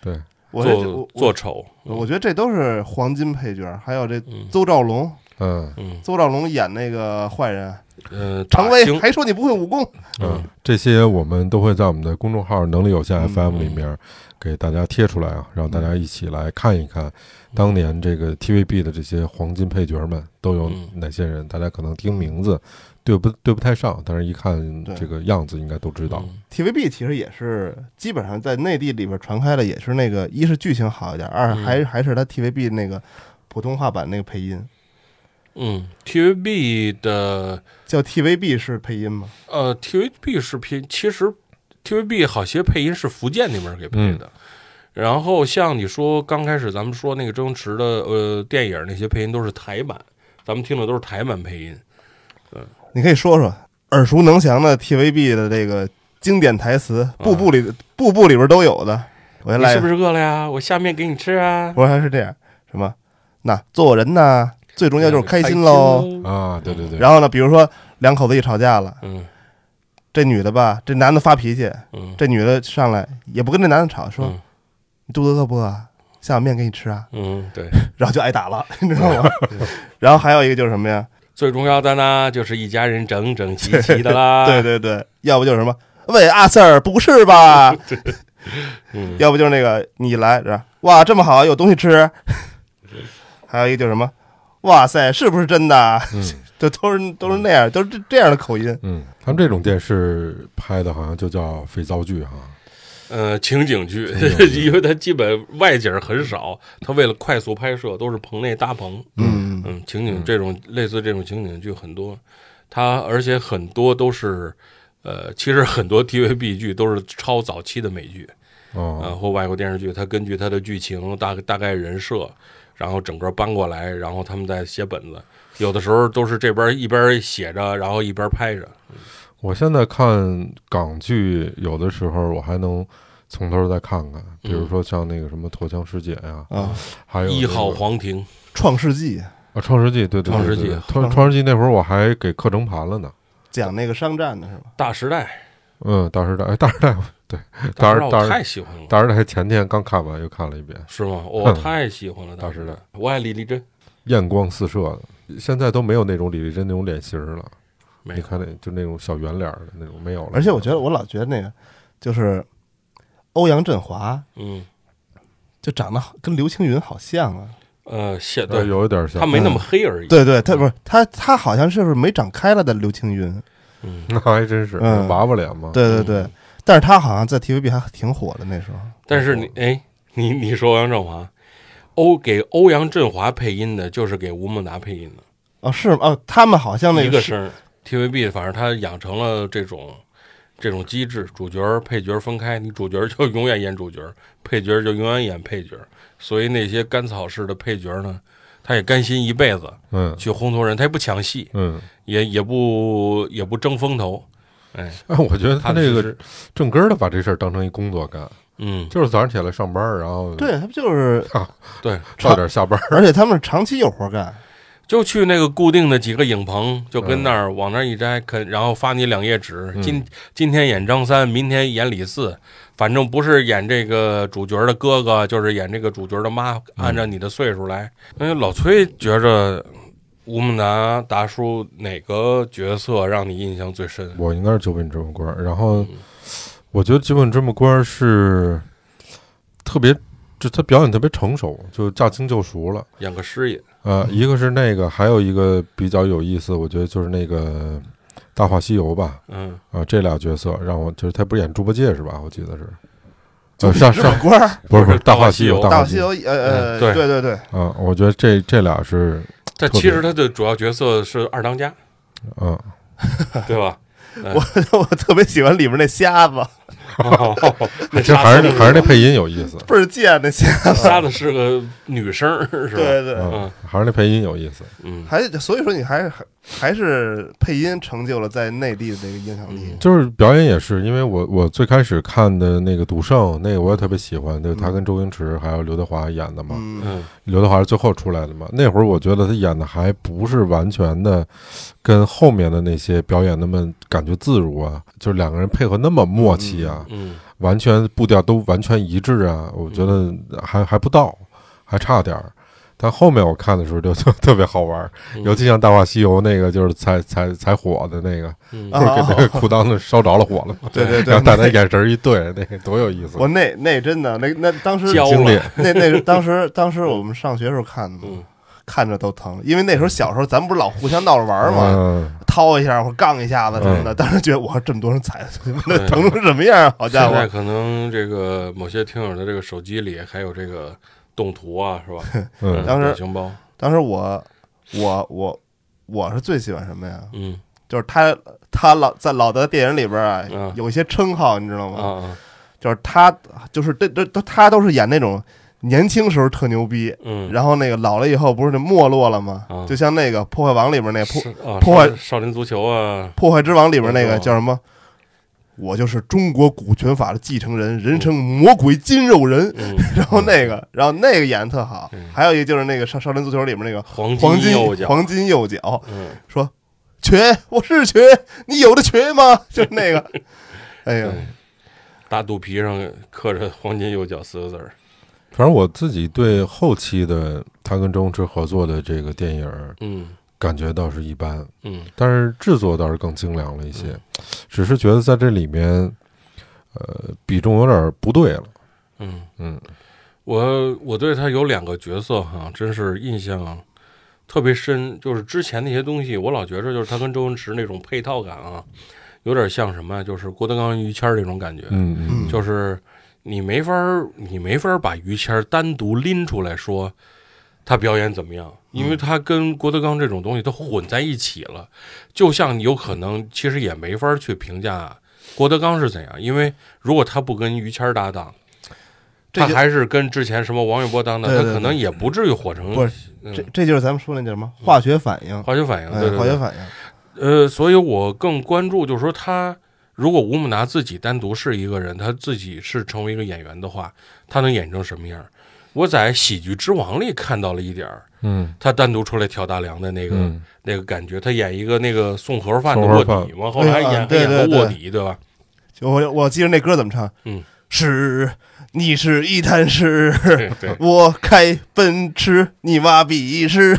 S1: 对，
S3: 我这
S4: 做
S3: 我
S4: 做丑，
S3: 我我觉得这都是黄金配角，还有这
S4: 嗯
S3: 邹兆龙，
S1: 嗯
S4: 嗯
S3: 邹兆龙演那个坏人，
S4: 呃，
S3: 常
S4: 打
S3: 威
S4: 星
S3: 还说你不会武功，
S1: 嗯，这些我们都会在我们的公众号“能力有限
S3: 嗯
S1: FM” 里面给大家贴出来啊，让大家一起来看一看当年这个 TVB 的这些黄金配角们都有
S4: 嗯
S1: 哪些人。大家可能听名字对不对不太上，但是一看
S3: 对
S1: 这个样子应该都知道。
S4: 嗯
S3: TVB 其实也是基本上在内地里边传开的，也是那个一是剧情好一点，二
S4: 嗯
S3: 还还是它 TVB 那个普通话版那个配音，
S4: 嗯，TVB 的
S3: 叫 TVB 是配音吗？
S4: 呃，TVB 是配，其实 TVB 好些配音是福建那边儿给配
S3: 嗯
S4: 的。然后像你说刚开始咱们说那个周星驰的呃电影那些配音都是台版，咱们听的都是台版配音。
S3: 你可以说说耳熟能详的 TVB 的这个经典台词，步步里步步里边都有的。我先
S4: 啊你
S3: 来一
S4: 是
S3: 个
S4: 不，是饿了呀？我下面给你吃啊。
S3: *laughs* 我还是这样，什么？那做人呐，最重要
S4: 嗯
S3: 就是开心喽。
S4: 喽。
S1: 啊，对对对，
S3: 然后呢，比如说两口子一吵架了，
S4: 嗯
S3: 这女的吧，这男的发脾气，
S4: 嗯，
S3: 这女的上来也不跟这男的吵，说、
S4: 嗯
S3: 你肚子饿不饿啊？下碗面给你吃啊， *laughs*
S4: 嗯对，
S3: 然后就挨打了， *laughs* 你知道吗？然后还有一个就是什么
S4: *laughs*
S3: 呀？
S4: 最重要的呢就是一家人整整齐齐的
S3: *laughs*
S4: 啦。
S3: 对对对，要不就是什么，喂阿 Sir，不是吧？
S4: 嗯，
S3: 要不就是那个你来是吧？哇，这么好，有东西吃。
S4: 嗯
S3: 还有一个就是什么，哇塞，是不是真的？ *laughs*
S4: 嗯
S3: 这都是都是那样，都是这这样的口音。
S1: 嗯，他们这种电视拍的好像就叫肥皂剧哈、
S4: 呃，情景剧
S1: 情景，剧
S4: *laughs* 因为它基本外景很少，它为了快速拍摄都是棚内搭棚。
S3: 嗯
S4: 嗯，情景这种类似这种情景剧很多，它而且很多都是，呃，其实很多 TVB 剧都是超早期的美剧啊、
S1: 哦，
S4: 或外国电视剧，它根据它的剧情大大概人设，然后整个搬过来，然后他们再写本子，有的时候都是这边一边写着，然后一边拍着。
S1: 我现在看港剧，有的时候我还能从头再看看，比如说像那个什么《陀枪师姐》呀，
S3: 嗯
S4: 嗯
S3: 啊，
S1: 还哎有那个
S4: 一号皇庭，
S3: 创世纪
S1: 啊，《创世纪》对对
S4: 创
S1: 对
S4: 世
S1: 对
S4: 纪
S1: 对，《创创世纪》那会儿我还给刻成盘了呢，
S3: 讲那个商战的是吧？
S4: 大时代，
S1: 嗯，大时代，哎，大时代，对，大时
S4: 当时
S1: 大
S4: 我
S1: 时
S4: 太喜欢了，
S1: 大时代前天刚看完，又看了一遍，
S4: 是吗？我
S1: 嗯
S4: 太喜欢了
S1: 大
S4: 时
S1: 时
S4: 代
S1: 代，
S4: 我爱李丽珍，
S1: 艳光四射的。现在都没有那种李丽珍那种脸型了，
S4: 没
S1: 你
S4: 有
S1: 看那就那种小圆脸儿的那种没有了。
S3: 而且我觉得，我老觉得那个就是欧阳振华，
S4: 嗯
S3: 就长得好跟刘青云好像啊。
S4: 呃，现
S1: 呃
S4: 对
S1: 有一点像
S4: 他没那么黑而已。
S3: 对对，他不是他，他好像是不是没长开了的刘青云？
S4: 嗯，
S1: *laughs* 那还真是
S3: 嗯
S1: 娃娃
S4: 哦
S1: 脸嘛。
S3: 对对对，但是他好像在 TVB 还挺火的那时候。
S4: 但是你哎，你你说欧阳振华，欧给欧阳振华配音的，就是给吴孟达配音的，
S3: 哦，是吗哦，他们好像那
S4: 一个
S3: 是
S4: 声儿。TVB 反正他养成了这种这种机制，主角儿配角儿分开，你主角儿就 *laughs* 永远演主角儿，配角儿就永远演配角儿。所以那些甘草式的配角儿呢，他也甘心一辈子
S1: 嗯
S4: 去烘托人，他也不抢戏，
S1: 嗯，
S4: 也也不也不争风头。哎，
S1: 哎，我觉得他
S4: 踏踏
S1: 这
S4: 实
S1: 个
S4: 实
S1: 正根儿的把这事儿当成一工作干，
S4: 嗯，
S1: 就是早上起来上班儿，然后
S3: 对，他不就是，
S4: 对，
S1: 早点下班儿。 *laughs*
S3: *laughs* 而且他们长期有活干。
S4: 就去那个固定的几个影棚，就跟那儿往那儿一摘，肯然后发你两页纸，今今天演张三，明天演李四，反正不是演这个主角的哥哥，就是演这个主角的妈，按照你的岁数来。因为老崔觉着吴孟达达叔哪个角色让你印象最深？
S1: 我应该是九品芝麻官儿，然后
S4: 嗯
S1: 我觉得九品芝麻官儿是特别，就他表演特别成熟，就驾轻就熟了。
S4: 演个师爷，
S1: 呃，一个是那个，还有一个比较有意思，我觉得就是那个《大话西游》吧，
S4: 嗯，
S1: 啊、这俩角色让我就是他不是演猪八戒是吧？我记得是，呃，上
S3: 日本
S1: 上
S3: 官儿，
S1: 不是
S4: 不
S1: 不
S4: 是
S1: 是《
S4: 大
S1: 大
S4: 话
S1: 话
S4: 西
S1: 西
S4: 游
S1: 游》，
S3: 大
S1: 话
S3: 话西
S1: 游
S3: 游，呃
S4: 嗯对
S3: 呃，对对对，
S1: 啊，我觉得这这俩是，
S4: 但
S1: 特别
S4: 其实他的主要角色是二当家，
S1: 嗯、
S4: 对吧？
S3: *laughs* 我我特别喜欢里面那瞎子，
S4: *laughs* 那
S1: 这
S4: 沙
S1: 还是
S4: 子
S1: 还是那配音有意思，
S3: 倍儿贱那瞎子。
S4: 沙子是个女生儿，是吧？
S3: 对对，
S1: 嗯
S4: 嗯，
S1: 还是那配音有意思，
S4: 嗯。
S3: 还所以说你还还还是配音成就了在内地的这个影响力
S4: 嗯。
S1: 就是表演也是，因为我我最开始看的那个《赌圣》，那
S4: 嗯
S1: 个我也特别喜欢，就是他跟周星驰还有刘德华演的嘛，
S3: 嗯，
S4: 嗯
S1: 刘德华是最后出来的嘛。那会儿我觉得他演的还不是完全的跟后面的那些表演那么感觉自如啊，就是两个人配合那么默契啊，
S4: 嗯
S1: 完全步调都完全一致啊，我觉得还还不到，还差点儿。但后面我看的时候就特特别好玩儿，
S4: 嗯
S1: 尤其像《大话西游》那个就是才才才火的那个，
S4: 嗯
S1: 就是给那
S3: 啊
S1: 个裤裆子烧着了火了嘛。 *laughs*
S3: 对对
S1: 然
S3: 对
S1: 后，大家眼神一对，那个多有意思！
S3: 我那那真的那那当时
S4: 焦
S1: 经
S4: 了
S1: 典，
S3: 那那是当时当时我们上学时候看的嘛
S4: 嗯，
S3: 看着都疼，因为那时候小时候咱们不是老互相闹着玩儿嘛，
S1: 嗯，
S3: 掏一下或者杠一下子什
S4: 嗯
S3: 么的，当时觉得哇，这么多人踩，那 *laughs* 疼成什么样啊？好家
S4: 现在
S3: 伙！
S4: 可能这个某些听友的这个手机里还有这个动图啊，
S3: *laughs*
S4: 是吧？
S1: 嗯
S3: 当时
S4: 表情包，
S3: 当时我我我我是最喜欢什么呀？
S4: 嗯
S3: 就是他他老在老的电影里边啊
S4: 嗯，
S3: 有一些称号，你知道
S4: 啊
S3: 吗？
S4: 啊，
S3: 就是他就是这这都他都是演那种年轻时候特牛逼。
S4: 嗯，
S3: 然后那个老了以后不是就没落了吗
S4: 嗯？
S3: 就像那个《破坏王》里边那破
S4: 是啊
S3: 破坏
S4: 少少林足球啊，
S3: 破坏之王》里边那
S4: 没
S3: 个
S4: 错
S3: 叫什么？我就是中国古拳法的继承人，人称魔鬼筋肉人。
S4: 嗯，
S3: *laughs* 然后那个，然后那个演的特好
S4: 嗯。
S3: 还有一个就是那个《少少林足球》里面那个
S4: 黄
S3: 黄
S4: 金
S3: 金
S4: 右脚，
S3: 黄金右脚，
S4: 嗯，
S3: 说瘸，我是瘸，你有的瘸吗？ *laughs* 就是那个，哎呀，
S4: 对，大肚皮上刻着“黄金右脚”四个字儿，
S1: 反正我自己对后期的他跟周星驰合作的这个电影儿
S4: 嗯
S1: 感觉倒是一般，
S4: 嗯
S1: 但是制作倒是更精良了一些，只是觉得在这里面，呃，比重有点儿不对了。
S4: 嗯
S1: 嗯，
S4: 我我对他有两个角色哈，真是印象特别深，就是之前那些东西，我老觉着就是他跟周星驰那种配套感啊，有点像什么呀，就是郭德纲、于谦儿那种感觉，
S1: 嗯嗯
S3: 嗯
S4: 就是你没法儿你没法儿把于谦儿单独拎出来说他表演怎么样，因
S1: 嗯
S4: 为他跟郭德纲这种东西都混在一起了，就像你有可能其实也没法儿去评价郭德纲是怎样，因为如果他不跟于谦儿搭档。
S3: 这
S4: 他
S3: 就
S4: 还是跟之前什么王玥波搭档，
S3: 对对
S4: 他可能也不至于火成
S3: 不是
S4: 嗯
S3: 这这就是咱们说那叫什么化学反应，
S4: 化学反应，
S3: 哎
S4: 对对
S3: 化
S4: 对
S3: 学反应，
S4: 呃，所以我更关注，就是说他如果吴孟达自己单独是一个人，他自己是成为一个演员的话，他能演成什么样儿？我在《喜剧之王》里看到了一点儿，
S1: 嗯
S4: 他单独出来挑大梁的那个、
S1: 嗯
S4: 那个感觉，他演一个那个送盒饭的
S1: 送
S4: 卧
S1: 盒饭
S4: 底嘛，后来还
S3: 哎呀
S4: 演、
S3: 对
S4: 还演
S3: 对
S4: 过卧
S3: 对
S4: 底，对吧？ *laughs*
S3: 我我记得那歌怎么唱，
S4: 嗯，
S3: 是你是一滩屎，
S4: 对对
S3: 我开奔驰，你妈逼是，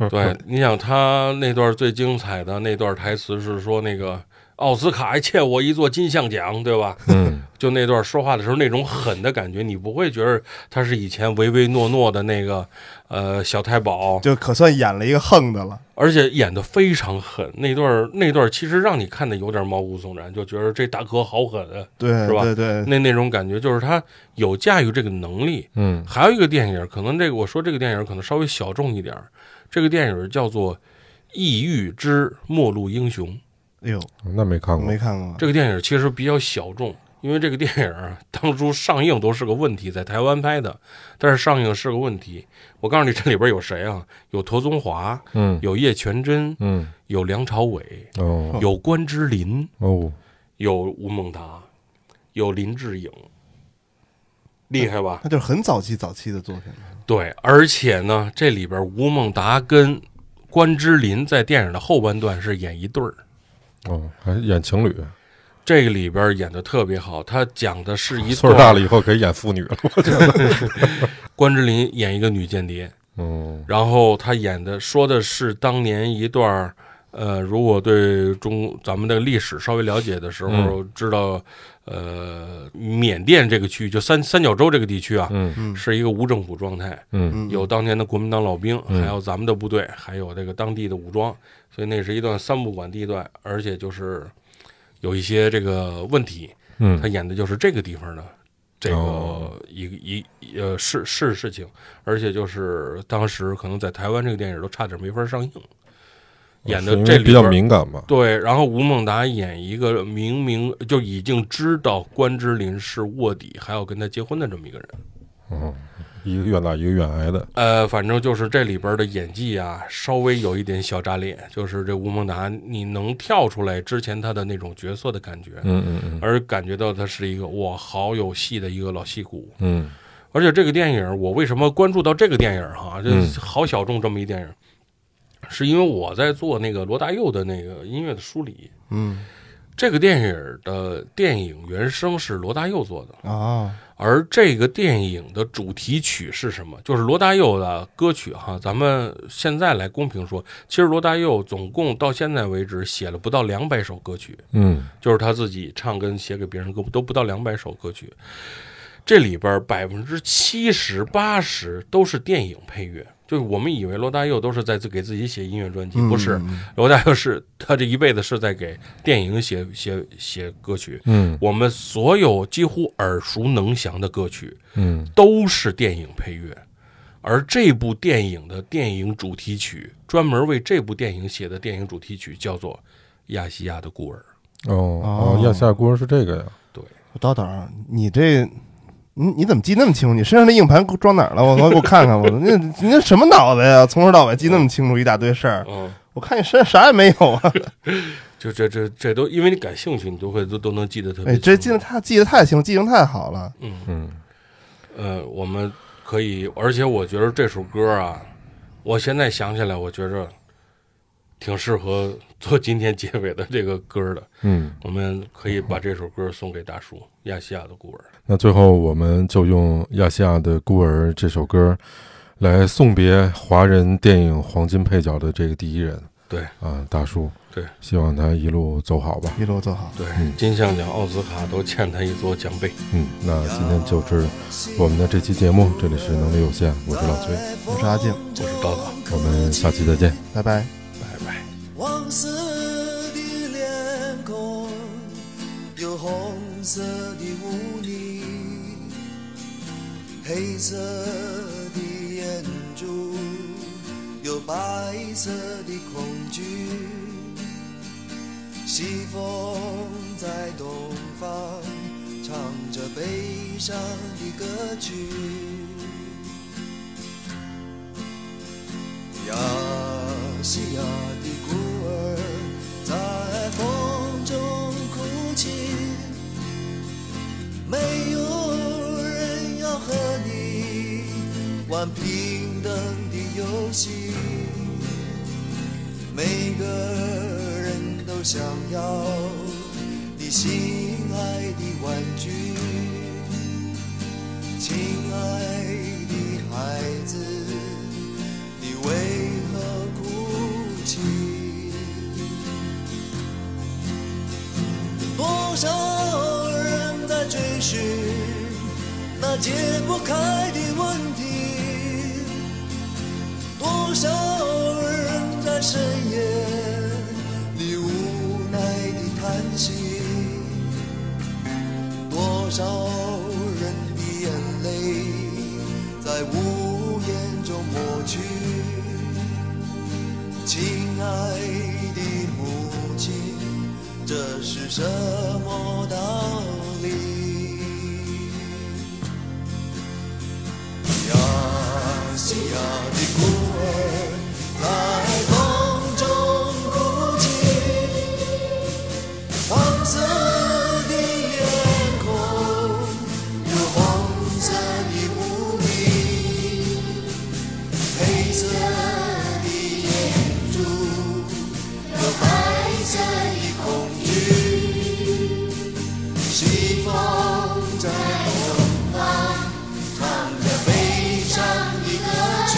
S1: 嗯
S4: 对，嗯你想他那段最精彩的那段台词是说那个奥斯卡还哎欠我一座金像奖，对吧？
S7: 嗯，
S4: 就那段说话的时候那种狠的感觉，你不会觉得他是以前唯唯诺诺的那个呃小太保，
S3: 就可算演了一个横的了。
S4: 而且演的非常狠。那段那段其实让你看的有点毛骨悚然，就觉得这大哥好狠啊，
S3: 对，
S4: 是吧
S3: 对对，
S4: 那那种感觉就是他有驾驭这个能力。
S7: 嗯
S4: 还有一个电影，可能这个我说这个电影可能稍微小众一点儿，这个电影叫做《异域之末路英雄》。
S3: 哎呦，
S1: 嗯
S7: 那没看过
S3: 没，看过，
S4: 这个电影其实比较小众，因为这个电影啊当初上映都是个问题，在台湾拍的，但是上映是个问题。我告诉你，这里边有谁啊？有陀宗华，
S7: 嗯
S4: 有叶全真，
S7: 嗯
S4: 有梁朝伟，
S7: 哦
S4: 有关之琳，
S7: 哦，
S4: 有吴孟达，有林志颖，厉害吧？
S3: 那就是很早期早期的作品了。
S4: 对，而且呢，这里边吴孟达跟关之琳在电影的后半段是演一对儿，
S7: 哦，还演情侣，
S4: 这个里边演的特别好。他讲的是一
S7: 岁
S4: 段
S7: 数大了以后可以演妇女了。
S4: 关之琳演一个女间谍，
S7: 嗯
S4: 然后她演的说的是当年一段儿，呃，如果对中咱们的历史稍微了解的时候，
S7: 嗯
S4: 知道，呃，缅甸这个区域就三三角洲这个地区啊，
S7: 嗯
S3: 嗯
S4: 是一个无政府状态，
S7: 嗯
S3: 嗯，
S4: 有当年的国民党老兵，
S7: 嗯
S4: 还有咱们的部队，还有这个当地的武装，所以那是一段三不管地段，而且就是有一些这个问题，他
S7: 嗯
S4: 演的就是这个地方的这个
S7: 哦
S4: 一个一一呃是是事情，而且就是当时可能在台湾这个电影都差点没法上映，演
S1: 哦
S4: 的
S7: 哦是因为
S4: 这里
S7: 比较
S4: 边
S7: 敏感吧？
S4: 对，然后吴孟达演一个明明就已经知道关之琳是卧底，还要跟他结婚的这么一个人。
S7: 嗯，一个愿打一个愿挨的。
S4: 呃，反正就是这里边的演技啊，稍微有一点小炸裂，就是这吴孟达，你能跳出来之前他的那种角色的感觉，
S7: 嗯嗯嗯
S4: 而感觉到他是一个哇，好有戏的一个老戏骨。
S7: 嗯
S4: 而且这个电影，我为什么关注到这个电影哈、这
S7: 嗯
S4: 好小众这么一电影，是因为我在做那个罗大佑的那个音乐的梳理。
S3: 嗯
S4: 这个电影的电影原声是罗大佑做的，
S3: 啊，
S4: 而这个电影的主题曲是什么？就是罗大佑的歌曲哈。咱们现在来公平说，其实罗大佑总共到现在为止写了不到两百首歌曲，
S7: 嗯
S4: 就是他自己唱跟写给别人歌都不到两百首歌曲，这里边百分之七十八十都是电影配乐。就是我们以为罗大佑都是在自给自己写音乐专辑，
S7: 嗯
S4: 不是，罗大佑是他这一辈子是在给电影写写写歌曲。
S7: 嗯
S4: 我们所有几乎耳熟能详的歌曲
S7: 嗯
S4: 都是电影配乐，而这部电影的电影主题曲，专门为这部电影写的电影主题曲叫做《亚细亚的孤儿》。
S7: 哦哦，亚夏孤儿是这个呀？
S3: 刀导，你这。你你怎么记那么清楚？你身上的硬盘装哪儿了？我我给我看看，我那你那什么脑袋呀？从头到尾记那么清楚一大堆事儿，
S4: 嗯，
S3: 我看你身上啥也没有啊！
S4: 就这这这都因为你感兴趣，你都会都都能记得特别
S3: 哎，
S4: 清楚。
S3: 这记得太记得太清，记性太好了。
S7: 嗯
S4: 呃，我们可以，而且我觉得这首歌啊，我现在想起来，我觉着挺适合做今天结尾的这个歌的。
S7: 嗯，
S4: 我们可以把这首歌送给大叔《亚细亚的孤儿
S7: 那最后我们就用《亚细亚的孤儿》这首歌来送别华人电影黄金配角的这个第一人。
S4: 对
S7: 啊，大叔。
S4: 对，
S7: 希望他一路走好吧。
S3: 一路走好》。。
S4: 对，金像奖、奥斯卡都欠他一座奖杯。
S7: 嗯，那今天就是我们的这期节目，这里是能力有限，我是老崔，
S3: 我是阿静，
S4: 我是刀刀，
S7: 我们下期再见。
S3: 拜拜。
S4: 拜拜。
S6: 黄色的脸孔，有红色的污泥，黑色的眼珠，有白色的恐惧。西风在东方，唱着悲伤的歌曲。亚细亚的孤儿在风中哭泣，没有人要和你玩平等的游戏，每个人都想要你心爱的玩具，亲爱的孩子，你为何哭泣？多少人在追寻那解不开的问题，多少人在深夜里无奈的叹息，多少人的眼泪在无言中抹去。亲爱的母亲，这是什么道理？亚细亚的孤儿在风中哭泣，黄色的脸孔有黄色的目的，黑色的眼珠有白色的恐惧，西风在东方。唱着悲伤的歌曲。